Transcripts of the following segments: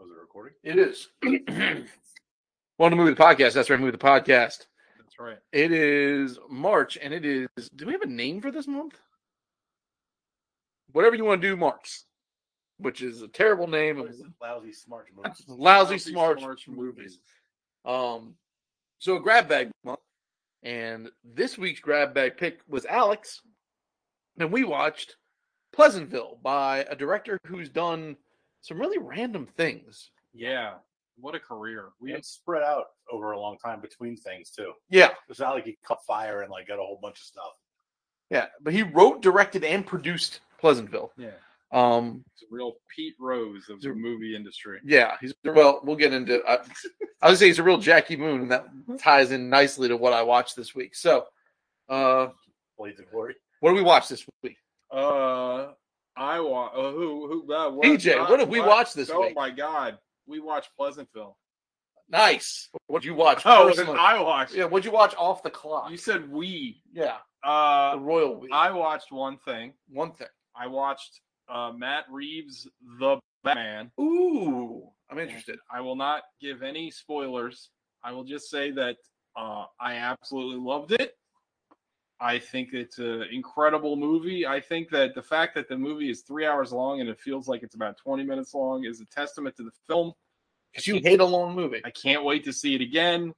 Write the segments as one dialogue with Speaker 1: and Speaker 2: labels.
Speaker 1: Oh, recording?
Speaker 2: It is. Want to move the podcast? That's right, move the podcast.
Speaker 1: That's right.
Speaker 2: It is March, and it is. Do we have a name for this month? Whatever you want to do, March, which is a terrible name.
Speaker 1: What
Speaker 2: and
Speaker 1: is it? Lousy smart moves.
Speaker 2: Lousy, smart, movies. Um, so grab bag month, and this week's grab bag pick was Alex, and we watched Pleasantville by a director who's done some really random things.
Speaker 3: Yeah. What a career. We
Speaker 1: It's spread out over a long time between things too.
Speaker 2: Yeah,
Speaker 1: It's not like he caught fire and like got a whole bunch of stuff.
Speaker 2: yeah, but he wrote, directed, and produced Pleasantville.
Speaker 3: yeah.
Speaker 2: Um,
Speaker 3: It's a real Pete Rose of the movie industry.
Speaker 2: yeah, he's well. We'll get into. I, I would say he's a real Jackie Moon, and that ties in nicely to what I watched this week. So, uh,
Speaker 1: Blades of Glory.
Speaker 2: what do we watch this week?
Speaker 3: Uh I wa uh, who who uh, what,
Speaker 2: DJ, what did we watch this
Speaker 3: Oh
Speaker 2: week?
Speaker 3: my god. We watched Pleasantville.
Speaker 2: Nice. What did you watch?
Speaker 3: Oh,
Speaker 2: personally?
Speaker 3: I watched.
Speaker 2: yeah. What'd you watch off the clock?
Speaker 3: You said we.
Speaker 2: yeah, the
Speaker 3: Uh
Speaker 2: Royal Week.
Speaker 3: I watched one thing.
Speaker 2: One thing.
Speaker 3: I watched uh Matt Reeves The Batman.
Speaker 2: Ooh, I'm interested.
Speaker 3: I will not give any spoilers. I will just say that uh, I absolutely loved it. I think it's an incredible movie. I think that the fact that the movie is three hours long and it feels like it's about 20 minutes long is a testament to the film.
Speaker 2: Because you hate a long movie.
Speaker 3: I can't wait to see it again.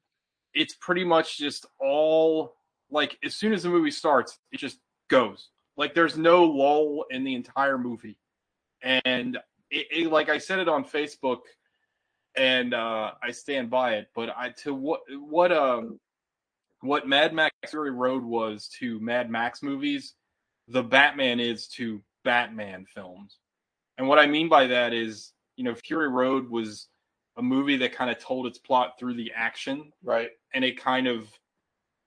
Speaker 3: It's pretty much just all like as soon as the movie starts, it just goes. Like there's no lull in the entire movie. And it, it- like I said it on Facebook and uh I stand by it, but I to what what um what Mad Max Fury Road was to Mad Max movies, the Batman is to Batman films. And what I mean by that is, you know, Fury Road was a movie that kind of told its plot through the action
Speaker 2: Right.
Speaker 3: and it kind of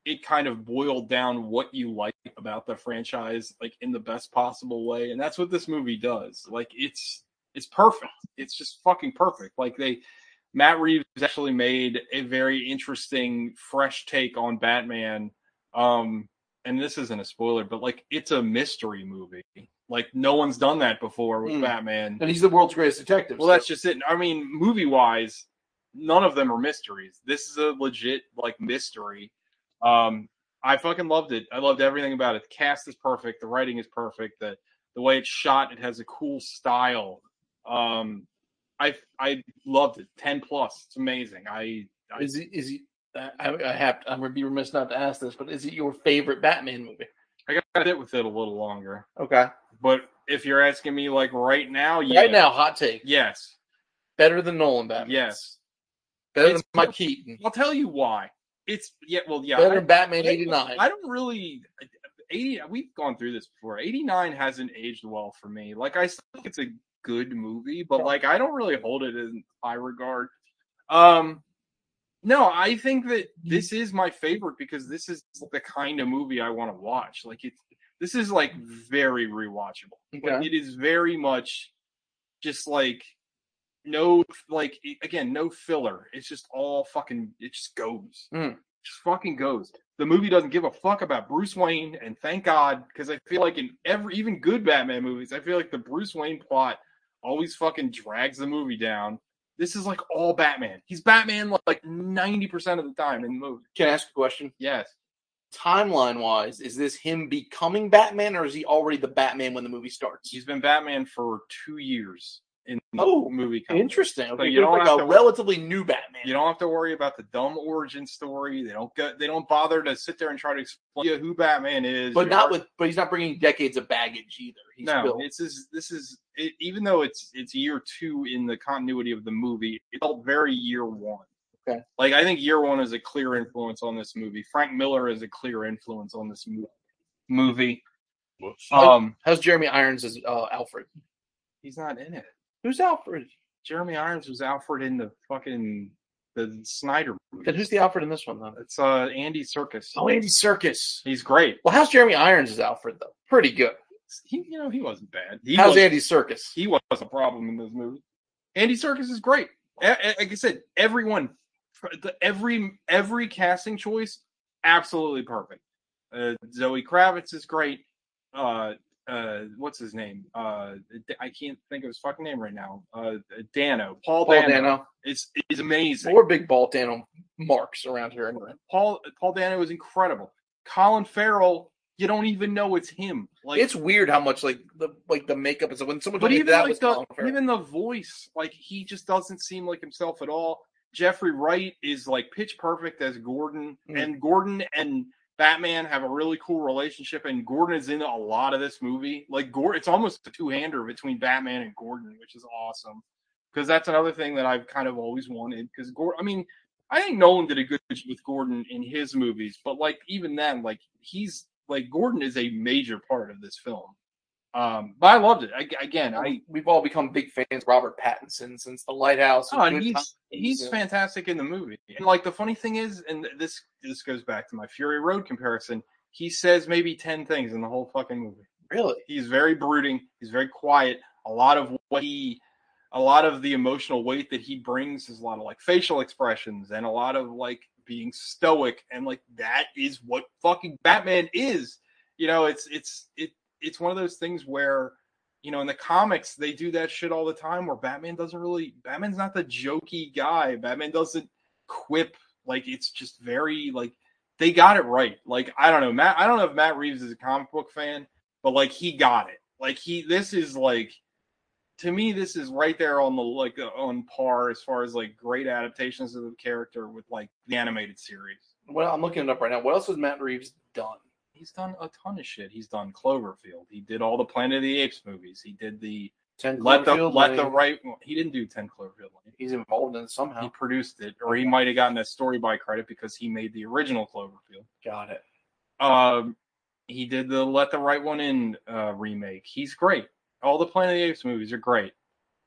Speaker 3: it kind of boiled down what you like about the franchise like in the best possible way and that's what this movie does like it's it's perfect it's just fucking perfect like they matt reeves actually made a very interesting fresh take on batman um and this isn't a spoiler but like it's a mystery movie like no one's done that before with
Speaker 2: Mm.
Speaker 3: batman
Speaker 2: And he's the world's greatest detective.
Speaker 3: well,
Speaker 2: so-
Speaker 3: that's just it. I mean, movie wise, none of them are mysteries. This is a legit like mystery. Um, I fucking loved it. I loved everything about it. The cast is perfect. The writing is perfect. The the way it's shot, it has a cool style. Um, I I loved it. Ten plus. It's amazing. I, I
Speaker 2: Is he? Is he? I, I I have. To, I'm gonna be remiss not to ask this, but is it your favorite Batman movie?
Speaker 3: I got hit with it a little longer.
Speaker 2: Okay.
Speaker 3: But if you're asking me, like right now, yeah,
Speaker 2: Right now, hot take.
Speaker 3: yes,
Speaker 2: Better than Nolan Batman.
Speaker 3: yes.
Speaker 2: Better
Speaker 3: It's-
Speaker 2: than Mike Keaton.
Speaker 3: I'll tell you why. It's yeah. Well, yeah.
Speaker 2: Better
Speaker 3: I-
Speaker 2: than Batman
Speaker 3: I-
Speaker 2: '89.
Speaker 3: I don't really. 80, we've gone through this before. 89 hasn't aged well for me. Like, I still think it's a good movie, but like, I don't really hold it in high regard. Um, no, I think that this is my favorite because this is the kind of movie I want to watch. Like, it's this is like very rewatchable.
Speaker 2: Okay.
Speaker 3: It is very much just like no, like again, no filler. It's just all fucking. It just goes.
Speaker 2: Mm.
Speaker 3: Just fucking goes. The movie doesn't give a fuck about Bruce Wayne, and thank God, because I feel like in every even good Batman movies, I feel like the Bruce Wayne plot always fucking drags the movie down. This is like all Batman. He's Batman like ninety percent of the time in the movie.
Speaker 2: Can I ask a question?
Speaker 3: Yes.
Speaker 2: Timeline wise, is this him becoming Batman, or is he already the Batman when the movie starts?
Speaker 3: He's been Batman for two years in the
Speaker 2: Oh,
Speaker 3: movie. company.
Speaker 2: Interesting. Okay,
Speaker 3: you
Speaker 2: you're
Speaker 3: don't
Speaker 2: like a
Speaker 3: have to-
Speaker 2: relatively new Batman.
Speaker 3: You don't have to worry about the dumb origin story. They don't go, they don't bother to sit there and try to explain to you who Batman is.
Speaker 2: but
Speaker 3: You
Speaker 2: not
Speaker 3: are-
Speaker 2: with. But he's not bringing decades of baggage either. He's
Speaker 3: no.
Speaker 2: still-
Speaker 3: This is this is it, even though it's it's year two in the continuity of the movie, it felt very year one.
Speaker 2: Okay.
Speaker 3: Like I think year one is a clear influence on this movie. Frank Miller is a clear influence on this mo- movie.
Speaker 1: Whoops.
Speaker 3: Um,
Speaker 2: How's Jeremy Irons as uh, Alfred?
Speaker 3: he's not in it.
Speaker 2: Who's Alfred?
Speaker 3: Jeremy Irons was Alfred in the fucking the Snyder
Speaker 2: Then
Speaker 3: movie.
Speaker 2: who's the Alfred in this one then?
Speaker 3: It's uh Andy Circus.
Speaker 2: Oh, Andy Circus.
Speaker 3: He's great.
Speaker 2: Well, how's Jeremy Irons as Alfred though? Pretty good.
Speaker 3: He, you know, he wasn't bad. He
Speaker 2: how's
Speaker 3: was,
Speaker 2: Andy Circus?
Speaker 3: he was a problem in this movie. Andy Serkis is great. A- a- Like I said, everyone, the- every every casting choice, absolutely perfect. Uh, Zoe Kravitz is great. Uh, uh, uh, what's his name? Uh, I can't think of his fucking name right now. Uh, Dano, Paul,
Speaker 2: Paul
Speaker 3: Dano.
Speaker 2: Dano.
Speaker 3: It's it's amazing.
Speaker 2: Or big Paul Dano marks around here anyway.
Speaker 3: Paul Paul Dano is incredible. Colin Farrell, you don't even know it's him. Like
Speaker 2: it's weird how much like the like the makeup and stuff. When someone
Speaker 3: but
Speaker 2: told me
Speaker 3: even
Speaker 2: that
Speaker 3: like
Speaker 2: was
Speaker 3: the
Speaker 2: Colin Farrell,
Speaker 3: even the voice, like he just doesn't seem like himself at all. Jeffrey Wright is like pitch perfect as Gordon,
Speaker 2: Mm.
Speaker 3: and Gordon and Batman have a really cool relationship, and Gordon is in a lot of this movie. Like Gordon, it's almost a two-hander between Batman and Gordon, which is awesome because that's another thing that I've kind of always wanted. Because Gordon, I mean, I think Nolan did a good job with Gordon in his movies, but like even then, like he's like Gordon is a major part of this film. Um, but I loved it. I, again, I
Speaker 2: we've all become big fans. of Robert Pattinson since The Lighthouse.
Speaker 3: Oh, and
Speaker 2: Good
Speaker 3: he's
Speaker 2: Times,
Speaker 3: he's
Speaker 2: and-
Speaker 3: fantastic in the movie. And like the funny thing is, and this this goes back to my Fury Road comparison. He says maybe ten things in the whole fucking movie.
Speaker 2: really.
Speaker 3: He's very brooding. He's very quiet. A lot of what he, a lot of the emotional weight that he brings is a lot of like facial expressions and a lot of like being stoic and like that is what fucking Batman is. You know, it's it's it it's one of those things where you know in the comics they do that shit all the time where Batman doesn't really Batman's not the jokey guy. Batman doesn't quip like it's just very like they got it right. Like I don't know, Matt I don't know if Matt Reeves is a comic book fan, but like he got it. Like he this is like to me this is right there on the like uh, on par as far as like great adaptations of the character with like the animated series.
Speaker 2: Well, I'm looking it up right now. What else has Matt Reeves done?
Speaker 3: He's done a ton of shit. He's done Cloverfield. He did all the Planet of the Apes movies. He did the
Speaker 2: Ten
Speaker 3: let the
Speaker 2: Cloverfield
Speaker 3: let the
Speaker 2: Lane.
Speaker 3: right one- he didn't do 10 Cloverfield Lane.
Speaker 2: He's involved in it somehow.
Speaker 3: He produced it or he might have gotten that story by credit because he made the original Cloverfield.
Speaker 2: Got it.
Speaker 3: Um, he did the Let the Right One In uh, remake. He's great. All the Planet of the Apes movies are great.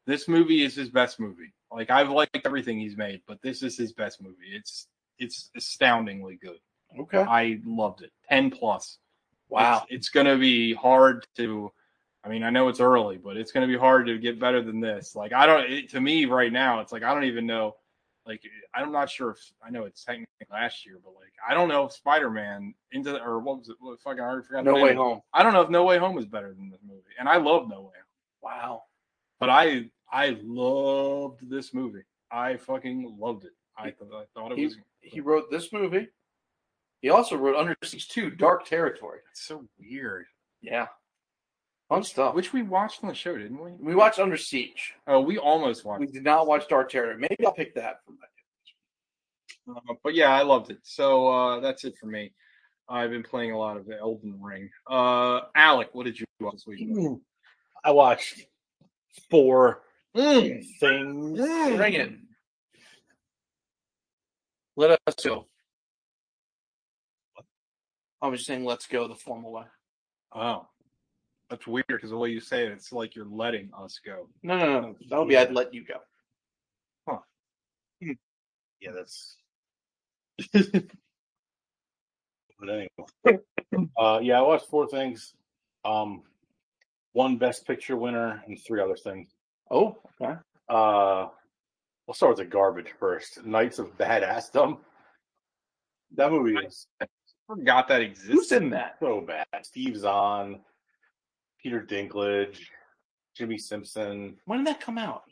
Speaker 3: This movie is his best movie. Like I've liked everything he's made, but this is his best movie. It's it's astoundingly good.
Speaker 2: Okay.
Speaker 3: I loved it. Ten plus.
Speaker 2: Wow.
Speaker 3: It's, it's gonna be hard to. I mean, I know it's early, but it's gonna be hard to get better than this. Like I don't. It, to me, right now, it's like I don't even know. Like I'm not sure if I know it's technically last year, but like I don't know if Spider-Man into the, or what was it? What, fucking, I already forgot. the
Speaker 2: No
Speaker 3: name.
Speaker 2: way home.
Speaker 3: I don't know if No Way Home was better than this movie, and I love No Way Home,
Speaker 2: Wow.
Speaker 3: but I I loved this movie. I fucking loved it. I, th- I thought it was
Speaker 2: He wrote this movie. He also wrote Under Siege 2, Dark Territory.
Speaker 3: it's so weird.
Speaker 2: Yeah. Fun stuff.
Speaker 3: Which we watched on the show, didn't we?
Speaker 2: we watched Under Siege.
Speaker 3: Oh, we almost watched.
Speaker 2: We did not watch Dark Territory. Maybe I'll pick that. for my-
Speaker 3: Uh, but yeah, I loved it. So uh, that's it for me. I've been playing a lot of Elden Ring. Uh, Alec, what did you do this week?
Speaker 1: Mm. I watched four
Speaker 2: Mm,
Speaker 1: things.
Speaker 2: Bring it. Let us go. I was saying, let's go the formal way.
Speaker 3: Oh, that's weird because the way you say it, it's like you're letting us go.
Speaker 2: No, no, no. That'll be I'd let you go.
Speaker 1: Yeah, that's. but anyway, uh, yeah, I watched four things. Um, one Best Picture winner and three other things.
Speaker 2: Oh, okay.
Speaker 1: Uh, we'll start with the garbage first. Knights of Badassdom. That movie is
Speaker 3: Forgot that
Speaker 2: Who's
Speaker 3: existed.
Speaker 2: in that?
Speaker 1: so bad. Steve Zahn, Peter Dinklage, Jimmy Simpson,
Speaker 2: When did that come out?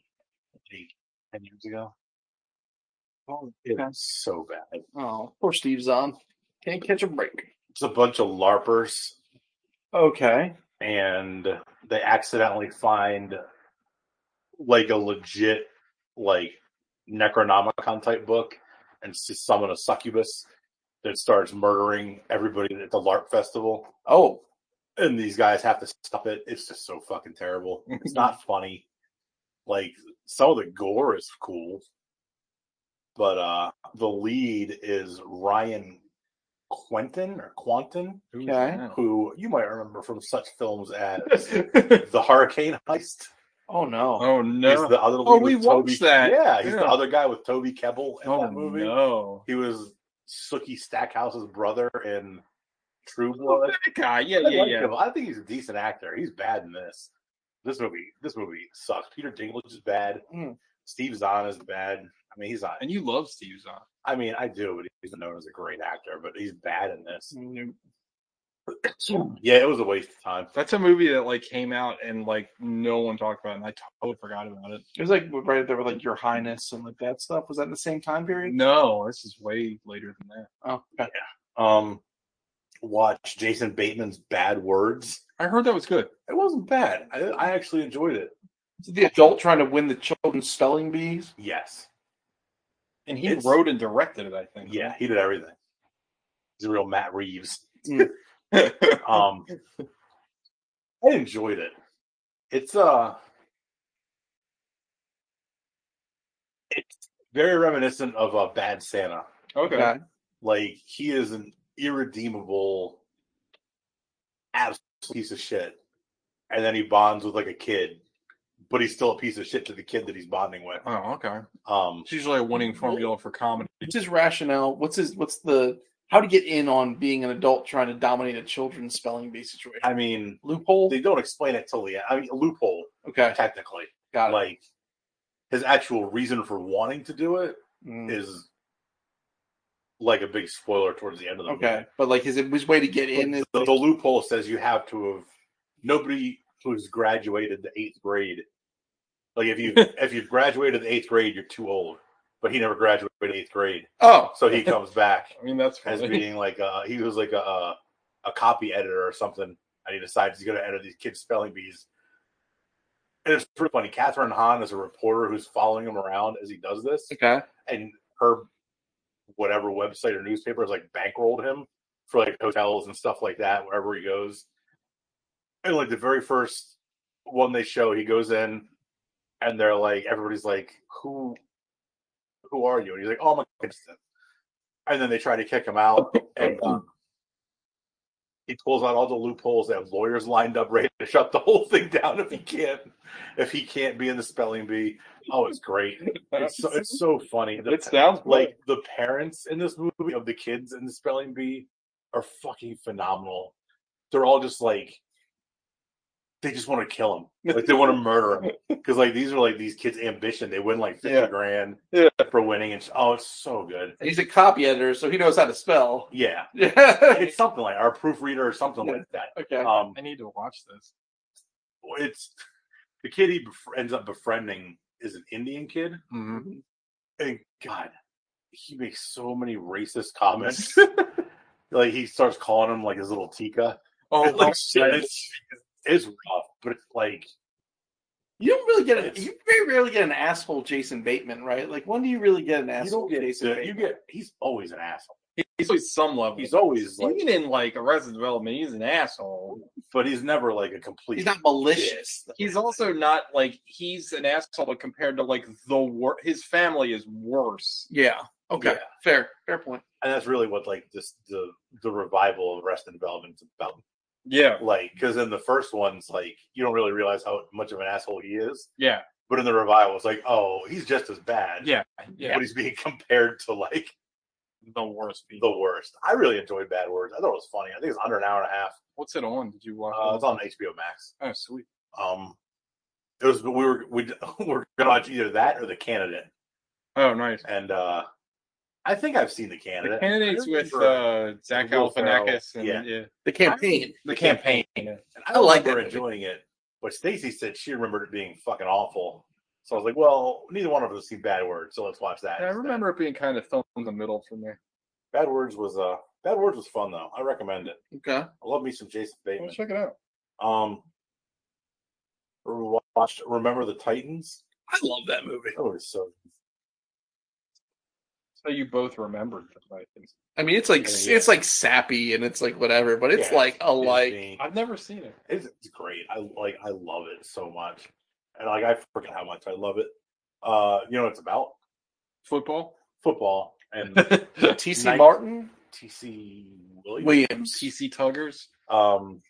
Speaker 1: like ten years ago.
Speaker 2: Oh,
Speaker 1: It's so bad.
Speaker 2: oh poor Steve's on. Can't catch a break.
Speaker 1: It's a bunch of larpers
Speaker 2: Okay.
Speaker 1: and they accidentally find like a legit like Necronomicon type book and s- summon a succubus that starts murdering everybody at the LARP festival.
Speaker 2: Oh,
Speaker 1: And these guys have to stop it. It's just so fucking terrible. It's not funny. Like some of the gore is cool. But uh the lead is Ryan Quentin or Quantin,
Speaker 3: Who's
Speaker 2: Okay.
Speaker 3: that?
Speaker 1: who you might remember from such films as
Speaker 3: oh
Speaker 1: the Hurricane Heist.
Speaker 2: oh no.
Speaker 1: He's
Speaker 3: no!
Speaker 1: the other
Speaker 3: Oh,
Speaker 1: lead
Speaker 3: we
Speaker 1: with Toby-
Speaker 3: watched that.
Speaker 1: Yeah, he's the
Speaker 3: Yeah.
Speaker 1: other guy with Toby Kebbell in
Speaker 3: oh
Speaker 1: that movie.
Speaker 3: no!
Speaker 1: He was Sookie Stackhouse's brother in True
Speaker 3: Oh,
Speaker 1: Blood.
Speaker 3: that guy. Yeah,
Speaker 1: I
Speaker 3: yeah,
Speaker 1: like
Speaker 3: yeah.
Speaker 1: him. I think he's a decent actor. He's bad in this. This movie, this movie sucks. Peter Dinklage is bad.
Speaker 2: Mm.
Speaker 1: Steve Zahn is bad. I mean, he's not.
Speaker 3: And you love Steve Zahn.
Speaker 1: I mean, I do, but he's known as a great actor. But he's bad in this.
Speaker 2: Mm,
Speaker 1: yeah, it was a waste of time.
Speaker 3: That's a movie that like came out and like no one talked about, it, and I totally forgot about it.
Speaker 2: It was like right there with like Your Highness and like that stuff. Was that the same time period?
Speaker 3: No, this is way later than that.
Speaker 1: Mm-hmm.
Speaker 2: Oh, okay.
Speaker 1: Um, watch Jason Bateman's Bad Words.
Speaker 3: I heard that was good.
Speaker 1: It wasn't bad. I, I actually enjoyed it.
Speaker 2: Is it the adult trying to win the children's spelling bees?
Speaker 1: Yes.
Speaker 3: And he
Speaker 1: It's-
Speaker 3: wrote and directed it, I think.
Speaker 1: Yeah, he did everything. He's a real Matt Reeves.
Speaker 3: Yeah.
Speaker 1: Um, I enjoyed it. It's uh, it's very reminiscent of a Bad Santa.
Speaker 3: okay.
Speaker 1: Like he is an irredeemable, absolute piece of shit, and then he bonds with like a kid, but he's still a piece of shit to the kid that he's bonding with.
Speaker 3: Oh, okay.
Speaker 1: Um,
Speaker 3: It's usually a winning formula for comedy.
Speaker 2: What's his rationale? What's his? What's the? How to get in on being an adult trying to dominate a children's spelling bee situation?
Speaker 1: I mean,
Speaker 2: Loophole.
Speaker 1: they don't explain it till the end. I mean, a loophole
Speaker 2: okay,
Speaker 1: technically.
Speaker 2: got it.
Speaker 1: Like his actual reason for wanting to do it
Speaker 2: Mm,
Speaker 1: is like a big spoiler towards the end of the
Speaker 2: okay, but like his his way to get in
Speaker 1: movie.
Speaker 2: is
Speaker 1: The, the loophole says you have to have nobody who's graduated the eighth grade. Like if you if you've graduated the eighth grade, you're too old. But he never graduated eighth grade,
Speaker 2: oh
Speaker 1: so he comes back
Speaker 3: I mean, that's
Speaker 1: as
Speaker 3: funny.
Speaker 1: being like uh he was like a a, a copy editor or something, and he decides he's going to edit these kids' spelling bees. And it's pretty funny. Catherine Hahn is a reporter who's following him around as he does this
Speaker 2: okay.
Speaker 1: and her whatever website or newspaper has like bankrolled him for like hotels and stuff like that wherever he goes. And like the very first one they show, he goes in and they're like, everybody's like, "Who, who are you?" And he's like, "Oh my god!" And then they try to kick him out, and um, he pulls out all the loopholes. They have lawyers lined up ready to shut the whole thing down if he can't, if he can't be in the spelling bee. Oh, it's great. It's so, it's so funny. The-
Speaker 3: it sounds like
Speaker 1: like the parents in this movie of the kids in the spelling bee are fucking phenomenal. They're all just like they just want to kill him. Like they want to murder him because like these are like these kids' ambition. They win like fifty
Speaker 3: Yeah.
Speaker 1: grand
Speaker 3: Yeah.
Speaker 1: for winning, and oh, it's so good.
Speaker 2: He's a copy editor, so he knows how to spell.
Speaker 1: Yeah,
Speaker 2: okay.
Speaker 1: it's something like our proofreader or something like that. Um,
Speaker 3: I need to watch this.
Speaker 1: it's the kid he bef- ends up befriending is an Indian kid, Mm-hmm. and God, he makes so many racist comments. like he starts calling him like his little Tika.
Speaker 3: Oh,
Speaker 1: It looks
Speaker 3: shit.
Speaker 1: shit. It's, it's rough, but it's like
Speaker 2: You don't really get a,
Speaker 1: It's-
Speaker 2: you very rarely get an asshole Jason Bateman, right? Like when do you really get an asshole Jason
Speaker 1: the-
Speaker 2: Bateman?
Speaker 1: you get he's always an asshole.
Speaker 3: He's always some level.
Speaker 1: He's always like,
Speaker 3: Even in like Arrested Development, he's an asshole.
Speaker 1: but he's never like a complete.
Speaker 2: He's not malicious.
Speaker 3: He's also not like he's an asshole but compared to like the wor- his family is worse.
Speaker 2: Yeah. Okay.
Speaker 1: Yeah.
Speaker 2: Fair. Fair point.
Speaker 1: and that's really what like this the the revival of Rest and Development is about.
Speaker 3: Yeah,
Speaker 1: Like, because in the first one's like you don't really realize how much of an asshole he is,
Speaker 3: yeah,
Speaker 1: but in the revival, it's like, oh, he's just as bad.
Speaker 3: yeah, yeah.
Speaker 1: but he's being compared to like
Speaker 3: The worst people.
Speaker 1: the worst. I really enjoyed Bad Words. I thought it was funny. I think it's under an hour and a half.
Speaker 3: What's it on? Did you watch?
Speaker 1: Uh,
Speaker 3: it?
Speaker 1: it's on HBO Max.
Speaker 3: oh, sweet.
Speaker 1: Um, it was we were we we were gonna watch either that or the candidate,
Speaker 3: Oh, nice.
Speaker 1: and uh, I think I've seen the
Speaker 3: The
Speaker 1: candidate.
Speaker 3: candidates
Speaker 1: I
Speaker 3: with
Speaker 1: remember-
Speaker 3: uh, Zach
Speaker 1: Will Ferrell.
Speaker 3: Galifianakis and
Speaker 1: Yeah.
Speaker 2: The campaign.
Speaker 3: the campaign.
Speaker 1: and I,
Speaker 2: I like
Speaker 1: like
Speaker 2: that
Speaker 1: her
Speaker 2: movie.
Speaker 1: enjoying it, but Stacy said she remembered it being fucking awful. So I was like, well, neither one of us seen Bad Words, so let's watch that.
Speaker 3: I
Speaker 1: instead.
Speaker 3: remember it being kind of thumb in the middle for me.
Speaker 1: Bad Words was uh Bad Words was fun though. I recommend it.
Speaker 2: Okay.
Speaker 1: I love me some Jason
Speaker 3: Well,
Speaker 1: Bateman.
Speaker 3: check it out.
Speaker 1: Um, we watched Remember the Titans.
Speaker 2: I love that movie.
Speaker 1: That was so
Speaker 3: So you both remembered the Vikings.
Speaker 2: I mean, it's like
Speaker 1: Yeah, yeah.
Speaker 2: it's like sappy and it's like whatever, but it's
Speaker 1: Yeah,
Speaker 2: like a like.
Speaker 1: Disney.
Speaker 3: I've never seen it.
Speaker 1: It's, it's great. I like. I love it so much, and like I forget how much I love it. Uh, you know, what it's about
Speaker 3: Football.
Speaker 1: football and
Speaker 2: TC
Speaker 1: Nice.
Speaker 2: Martin
Speaker 1: TC Williams.
Speaker 2: Williams.
Speaker 3: TC Tuggers.
Speaker 1: Um,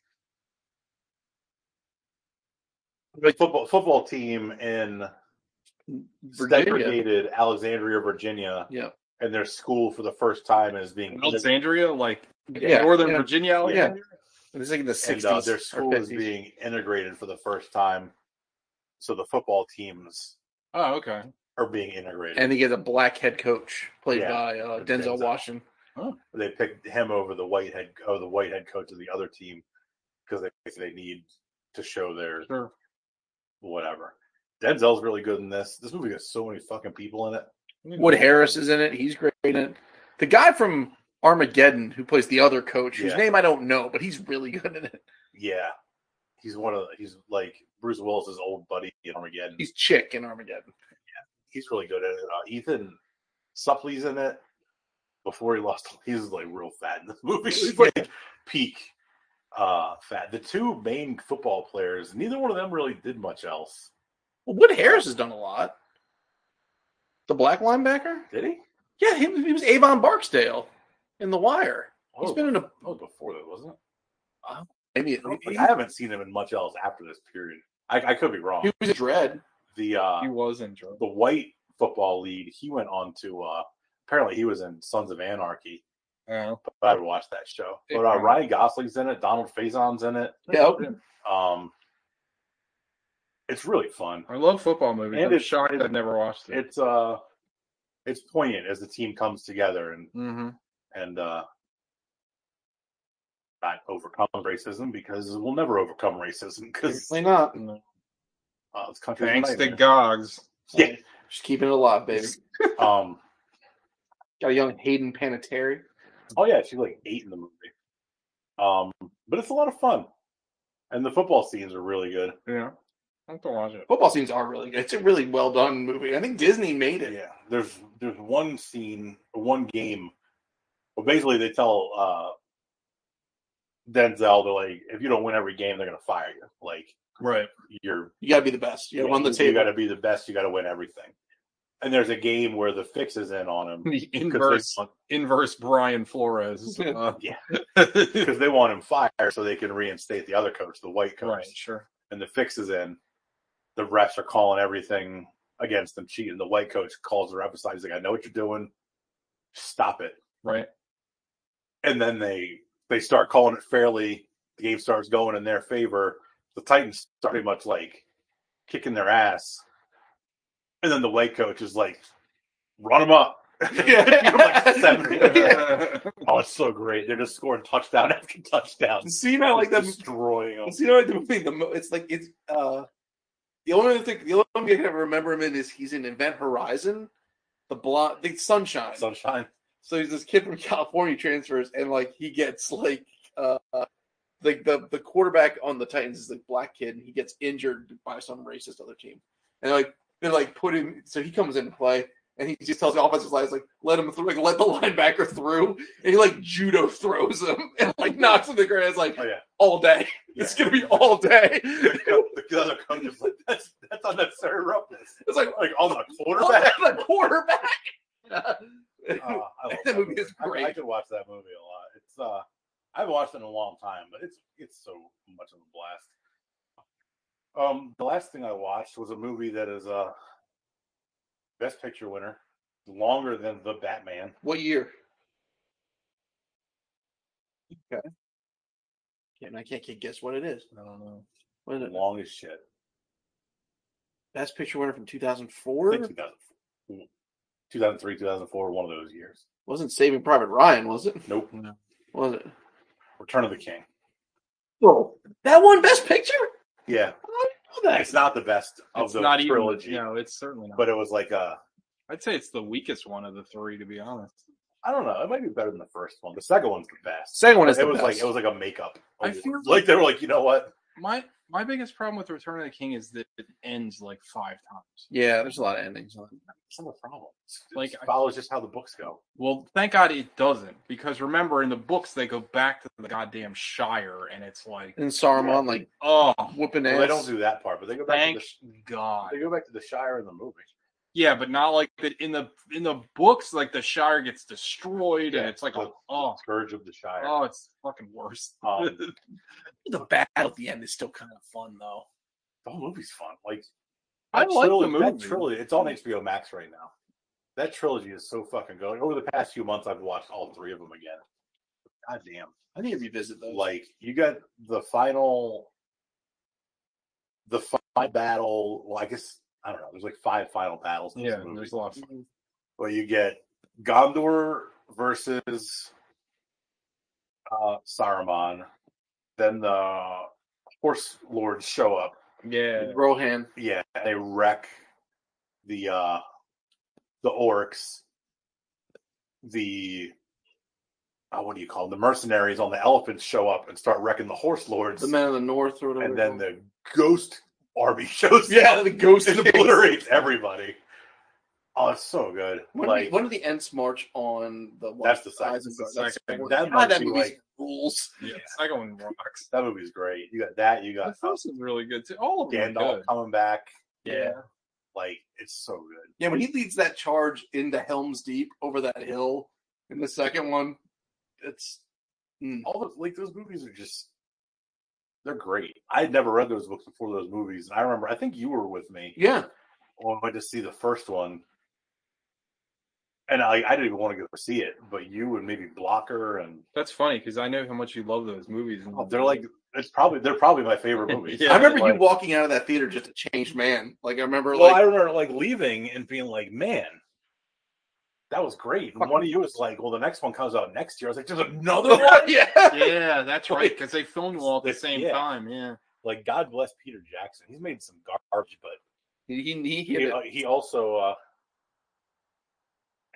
Speaker 1: the football football team in
Speaker 2: Virginia.
Speaker 1: segregated Alexandria, Virginia,
Speaker 2: Yeah.
Speaker 1: and their school for the first time is being
Speaker 3: Alexandria, like
Speaker 2: Yeah.
Speaker 3: Northern
Speaker 2: yeah.
Speaker 3: Virginia. Alexandria?
Speaker 2: It's like in the
Speaker 1: and
Speaker 2: sixties.
Speaker 1: uh, their school is being integrated for the first time. So the football teams
Speaker 3: Oh, okay.
Speaker 1: are being integrated.
Speaker 2: and they get a black head coach played
Speaker 1: Yeah.
Speaker 2: by uh,
Speaker 1: Denzel.
Speaker 2: Denzel Washington.
Speaker 3: Oh.
Speaker 1: They picked him over the whitehead or the whitehead coach of the other team because they they need to show their
Speaker 3: Sure.
Speaker 1: whatever. Denzel's really good in this. This movie has so many fucking people in it.
Speaker 2: Wood Harris is in it. He's great in it. The guy from Armageddon who plays the other coach, whose
Speaker 1: Yeah.
Speaker 2: name I don't know, but he's really good in it.
Speaker 1: Yeah, he's one of the, he's like Bruce Willis's old buddy in Armageddon.
Speaker 2: He's Chick in Armageddon.
Speaker 1: he's really good at it. Uh, Ethan Suplee's in it. Before he lost, he's like real fat in this movie. He's like peak uh, fat. The two main football players, neither one of them really did much else.
Speaker 2: Well, Wood Harris has done a lot. The black linebacker?
Speaker 1: Did he?
Speaker 2: Yeah, him, he was Avon Barksdale in The Wire.
Speaker 1: Oh,
Speaker 2: He's been in a
Speaker 1: that was before that, wasn't it?
Speaker 2: maybe
Speaker 1: I, don't think- I haven't seen him in much else after this period. I, I could be wrong.
Speaker 2: he was a dread.
Speaker 1: The uh,
Speaker 3: He was in Joe.
Speaker 1: the white football lead, he went on to uh, apparently he was in Sons of Anarchy.
Speaker 3: Oh.
Speaker 1: But I would watch that show. But uh, Ryan Gosling's in it. Donald Faison's in it.
Speaker 2: Yep.
Speaker 1: Um, it's really fun.
Speaker 3: I love football movies.
Speaker 1: And
Speaker 3: I'm
Speaker 1: it's-
Speaker 3: shocked
Speaker 1: it's-
Speaker 3: I've never watched it.
Speaker 1: It's uh, it's poignant as the team comes together and
Speaker 3: mm-hmm.
Speaker 1: and uh, not overcome racism because we'll never overcome racism because
Speaker 2: Certainly not.
Speaker 1: uh, this country.
Speaker 3: Thanks to Gogs.
Speaker 1: Yeah.
Speaker 2: Just keeping it alive, baby.
Speaker 1: Um.
Speaker 2: Got a young Hayden Panettiere.
Speaker 1: Oh yeah, she's like eight in the movie. Um, but it's a lot of fun, and the football scenes are really good.
Speaker 3: Yeah. I have to watch it.
Speaker 2: Football scenes are really good. It's a really well done movie. I think Disney made it.
Speaker 1: Yeah, there's there's one scene, one game. Well, basically, they tell uh, Denzel they're like, if you don't win every game, they're gonna fire you. Like
Speaker 3: Right.
Speaker 1: you're
Speaker 2: You got to be the best. You got to win the
Speaker 1: You
Speaker 2: table.
Speaker 1: got to be the best. You got to win everything. And there's a game where the fix is in on him
Speaker 3: The
Speaker 1: 'cause they
Speaker 3: inverse
Speaker 1: want-
Speaker 3: inverse Brian Flores. Uh,
Speaker 1: Yeah. because they want him fired so they can reinstate the other coach, the white coach.
Speaker 3: right, sure.
Speaker 1: and the fix is in, the refs are calling everything against them cheating. The white coach calls the ref aside. He's like, "I know what you're doing. Stop it."
Speaker 3: Right.
Speaker 1: And then they they start calling it fairly. The game starts going in their favor. The Titans start pretty much like kicking their ass, and then the white coach is like, "Run them up." I'm like, seven. Oh, it's so great! They're just scoring touchdown after touchdown.
Speaker 2: See, I like that.
Speaker 1: destroying them.
Speaker 2: See, I like the movie. The mo- it's like it's uh, the only other thing, the only thing I can ever remember him in is he's in Event Horizon, the blonde, the sunshine.
Speaker 1: Sunshine.
Speaker 2: so he's this kid from California transfers, and like he gets like uh, like the the quarterback on the Titans is like black kid, and he gets injured by some racist other team, and like they like put him, so he comes into play. And he just tells the offensive line, he's like, let him through, like, let the linebacker through. And he, like, judo throws him and, like, knocks him to the ground. It's like,
Speaker 1: Oh yeah.
Speaker 2: all day. It's
Speaker 1: Yeah.
Speaker 2: gonna be all day.
Speaker 1: the co- the other coach is like, that's that's unnecessary roughness.
Speaker 2: It's like
Speaker 1: Like on the quarterback.
Speaker 2: the quarterback.
Speaker 1: Uh, I love
Speaker 2: That movie is
Speaker 1: I- I,
Speaker 2: great.
Speaker 1: could watch that movie a lot. It's uh, I haven't watched it in a long time, but it's it's so much of a blast. Um, the last thing I watched was a movie that is uh, best picture winner, longer than the Batman.
Speaker 2: what year? Okay. And I can't, can't guess what it is.
Speaker 3: I don't know.
Speaker 2: What is it?
Speaker 1: Long as shit.
Speaker 2: Best picture winner from
Speaker 1: I
Speaker 2: 2004?
Speaker 1: think 2004, 2003, 2004, one of those years.
Speaker 2: Wasn't Saving Private Ryan, was it?
Speaker 1: Nope.
Speaker 2: Was it?
Speaker 1: Return of the King.
Speaker 2: Oh, that one Best Picture?
Speaker 1: Yeah,
Speaker 2: Oh, that-
Speaker 1: it's not the best of
Speaker 3: It's
Speaker 1: the
Speaker 3: not
Speaker 1: trilogy,
Speaker 3: even. No, it's certainly not.
Speaker 1: but it was like uh, a
Speaker 3: I'd say it's the weakest one of the three, to be honest.
Speaker 1: I don't know. It might be better than the first one. The second one's the best.
Speaker 2: Second one is
Speaker 1: it
Speaker 2: the
Speaker 1: was
Speaker 2: best.
Speaker 1: like it was like a makeup.
Speaker 3: I
Speaker 1: award.
Speaker 3: feel
Speaker 1: like they were like, you know what?
Speaker 3: My my biggest problem with Return of the King is that it ends like five times.
Speaker 2: yeah, there's a lot of endings on it.
Speaker 1: It's not a problem. It's- It
Speaker 3: Like,
Speaker 1: just
Speaker 3: I-
Speaker 1: follows just how the books go.
Speaker 3: Well, thank God it doesn't, because remember in the books they go back to the goddamn Shire, and it's like,
Speaker 2: And Saruman, like,
Speaker 3: oh,
Speaker 2: whooping ass.
Speaker 1: Well, they don't do that part, but they go back
Speaker 3: thank
Speaker 1: to the sh-
Speaker 3: God.
Speaker 1: they go back to the Shire in the movie.
Speaker 3: Yeah, but not like that in the in the books. Like the Shire gets destroyed, and
Speaker 1: Yeah,
Speaker 3: it's like,
Speaker 1: the-
Speaker 3: oh,
Speaker 1: Scourge of the Shire.
Speaker 3: oh, it's fucking worse.
Speaker 1: Um, the
Speaker 2: The battle at the end is still kind of fun, though.
Speaker 1: whole movie's fun. Like
Speaker 3: I
Speaker 1: that
Speaker 3: like the
Speaker 1: trilogy- That
Speaker 3: movie.
Speaker 1: trilogy, it's on HBO Max right now. That trilogy is so fucking good. Like, over the past few months, I've watched all three of them again. God damn.
Speaker 2: I need to revisit those.
Speaker 1: like you got the final the final battle well i guess i don't know there's like five final battles in
Speaker 3: Yeah,
Speaker 1: this movie
Speaker 3: there's a lot. Of fun.
Speaker 1: where you get gondor versus uh, Saruman. Then the horse lords show up.
Speaker 3: Yeah.
Speaker 2: Rohan.
Speaker 1: Yeah, they wreck the uh, the orcs. The uh, what do you call them? The mercenaries on the elephants show up and start wrecking the horse lords.
Speaker 2: The men of the north or whatever.
Speaker 1: and
Speaker 2: they're
Speaker 1: then
Speaker 2: called.
Speaker 1: the ghost army shows up
Speaker 2: Yeah, the ghost
Speaker 1: and obliterates everybody. Oh, it's so good.
Speaker 2: When,
Speaker 1: like
Speaker 2: did, when did the Ents march on the
Speaker 1: That's the second-
Speaker 2: Isengard?
Speaker 3: the
Speaker 2: That's
Speaker 3: second.
Speaker 2: the one.
Speaker 1: That
Speaker 2: God,
Speaker 1: might
Speaker 2: that
Speaker 1: be
Speaker 2: movie's
Speaker 1: like-
Speaker 2: rules.
Speaker 3: yeah. Second one rocks.
Speaker 1: that movie's great. You got that. You
Speaker 3: The
Speaker 1: got uh,
Speaker 3: first one's really good too. All of them. are
Speaker 1: Gandalf
Speaker 3: good.
Speaker 1: coming back.
Speaker 3: Yeah.
Speaker 1: Like it's so good.
Speaker 2: Yeah, when he leads that charge into Helm's Deep over that hill in the second one, it's mm,
Speaker 1: All those like those movies are just they're great. I had never read those books before those movies, and I remember I think you were with me
Speaker 2: yeah.
Speaker 1: when I went to see the first one. And I, I didn't even want to go see it, but you and maybe Blocker and
Speaker 3: That's funny because I know how much you love those movies.
Speaker 1: oh, they're like it's probably they're probably my favorite movies.
Speaker 3: Yeah,
Speaker 2: I remember
Speaker 1: Like-
Speaker 2: you walking out of that theater just a changed man. Like I remember,
Speaker 1: well,
Speaker 2: like
Speaker 1: I remember like leaving and being like, man, that was great. And one of you was like, well, the next one comes out next year. I was like, there's another one.
Speaker 2: yeah,
Speaker 3: yeah, that's right. Because they filmed them all at the
Speaker 1: Like,
Speaker 3: same
Speaker 1: yeah.
Speaker 3: time. Yeah.
Speaker 1: Like, God bless Peter Jackson. He's made some garbage, but
Speaker 2: he he, he hit
Speaker 1: he,
Speaker 2: it.
Speaker 1: he also uh,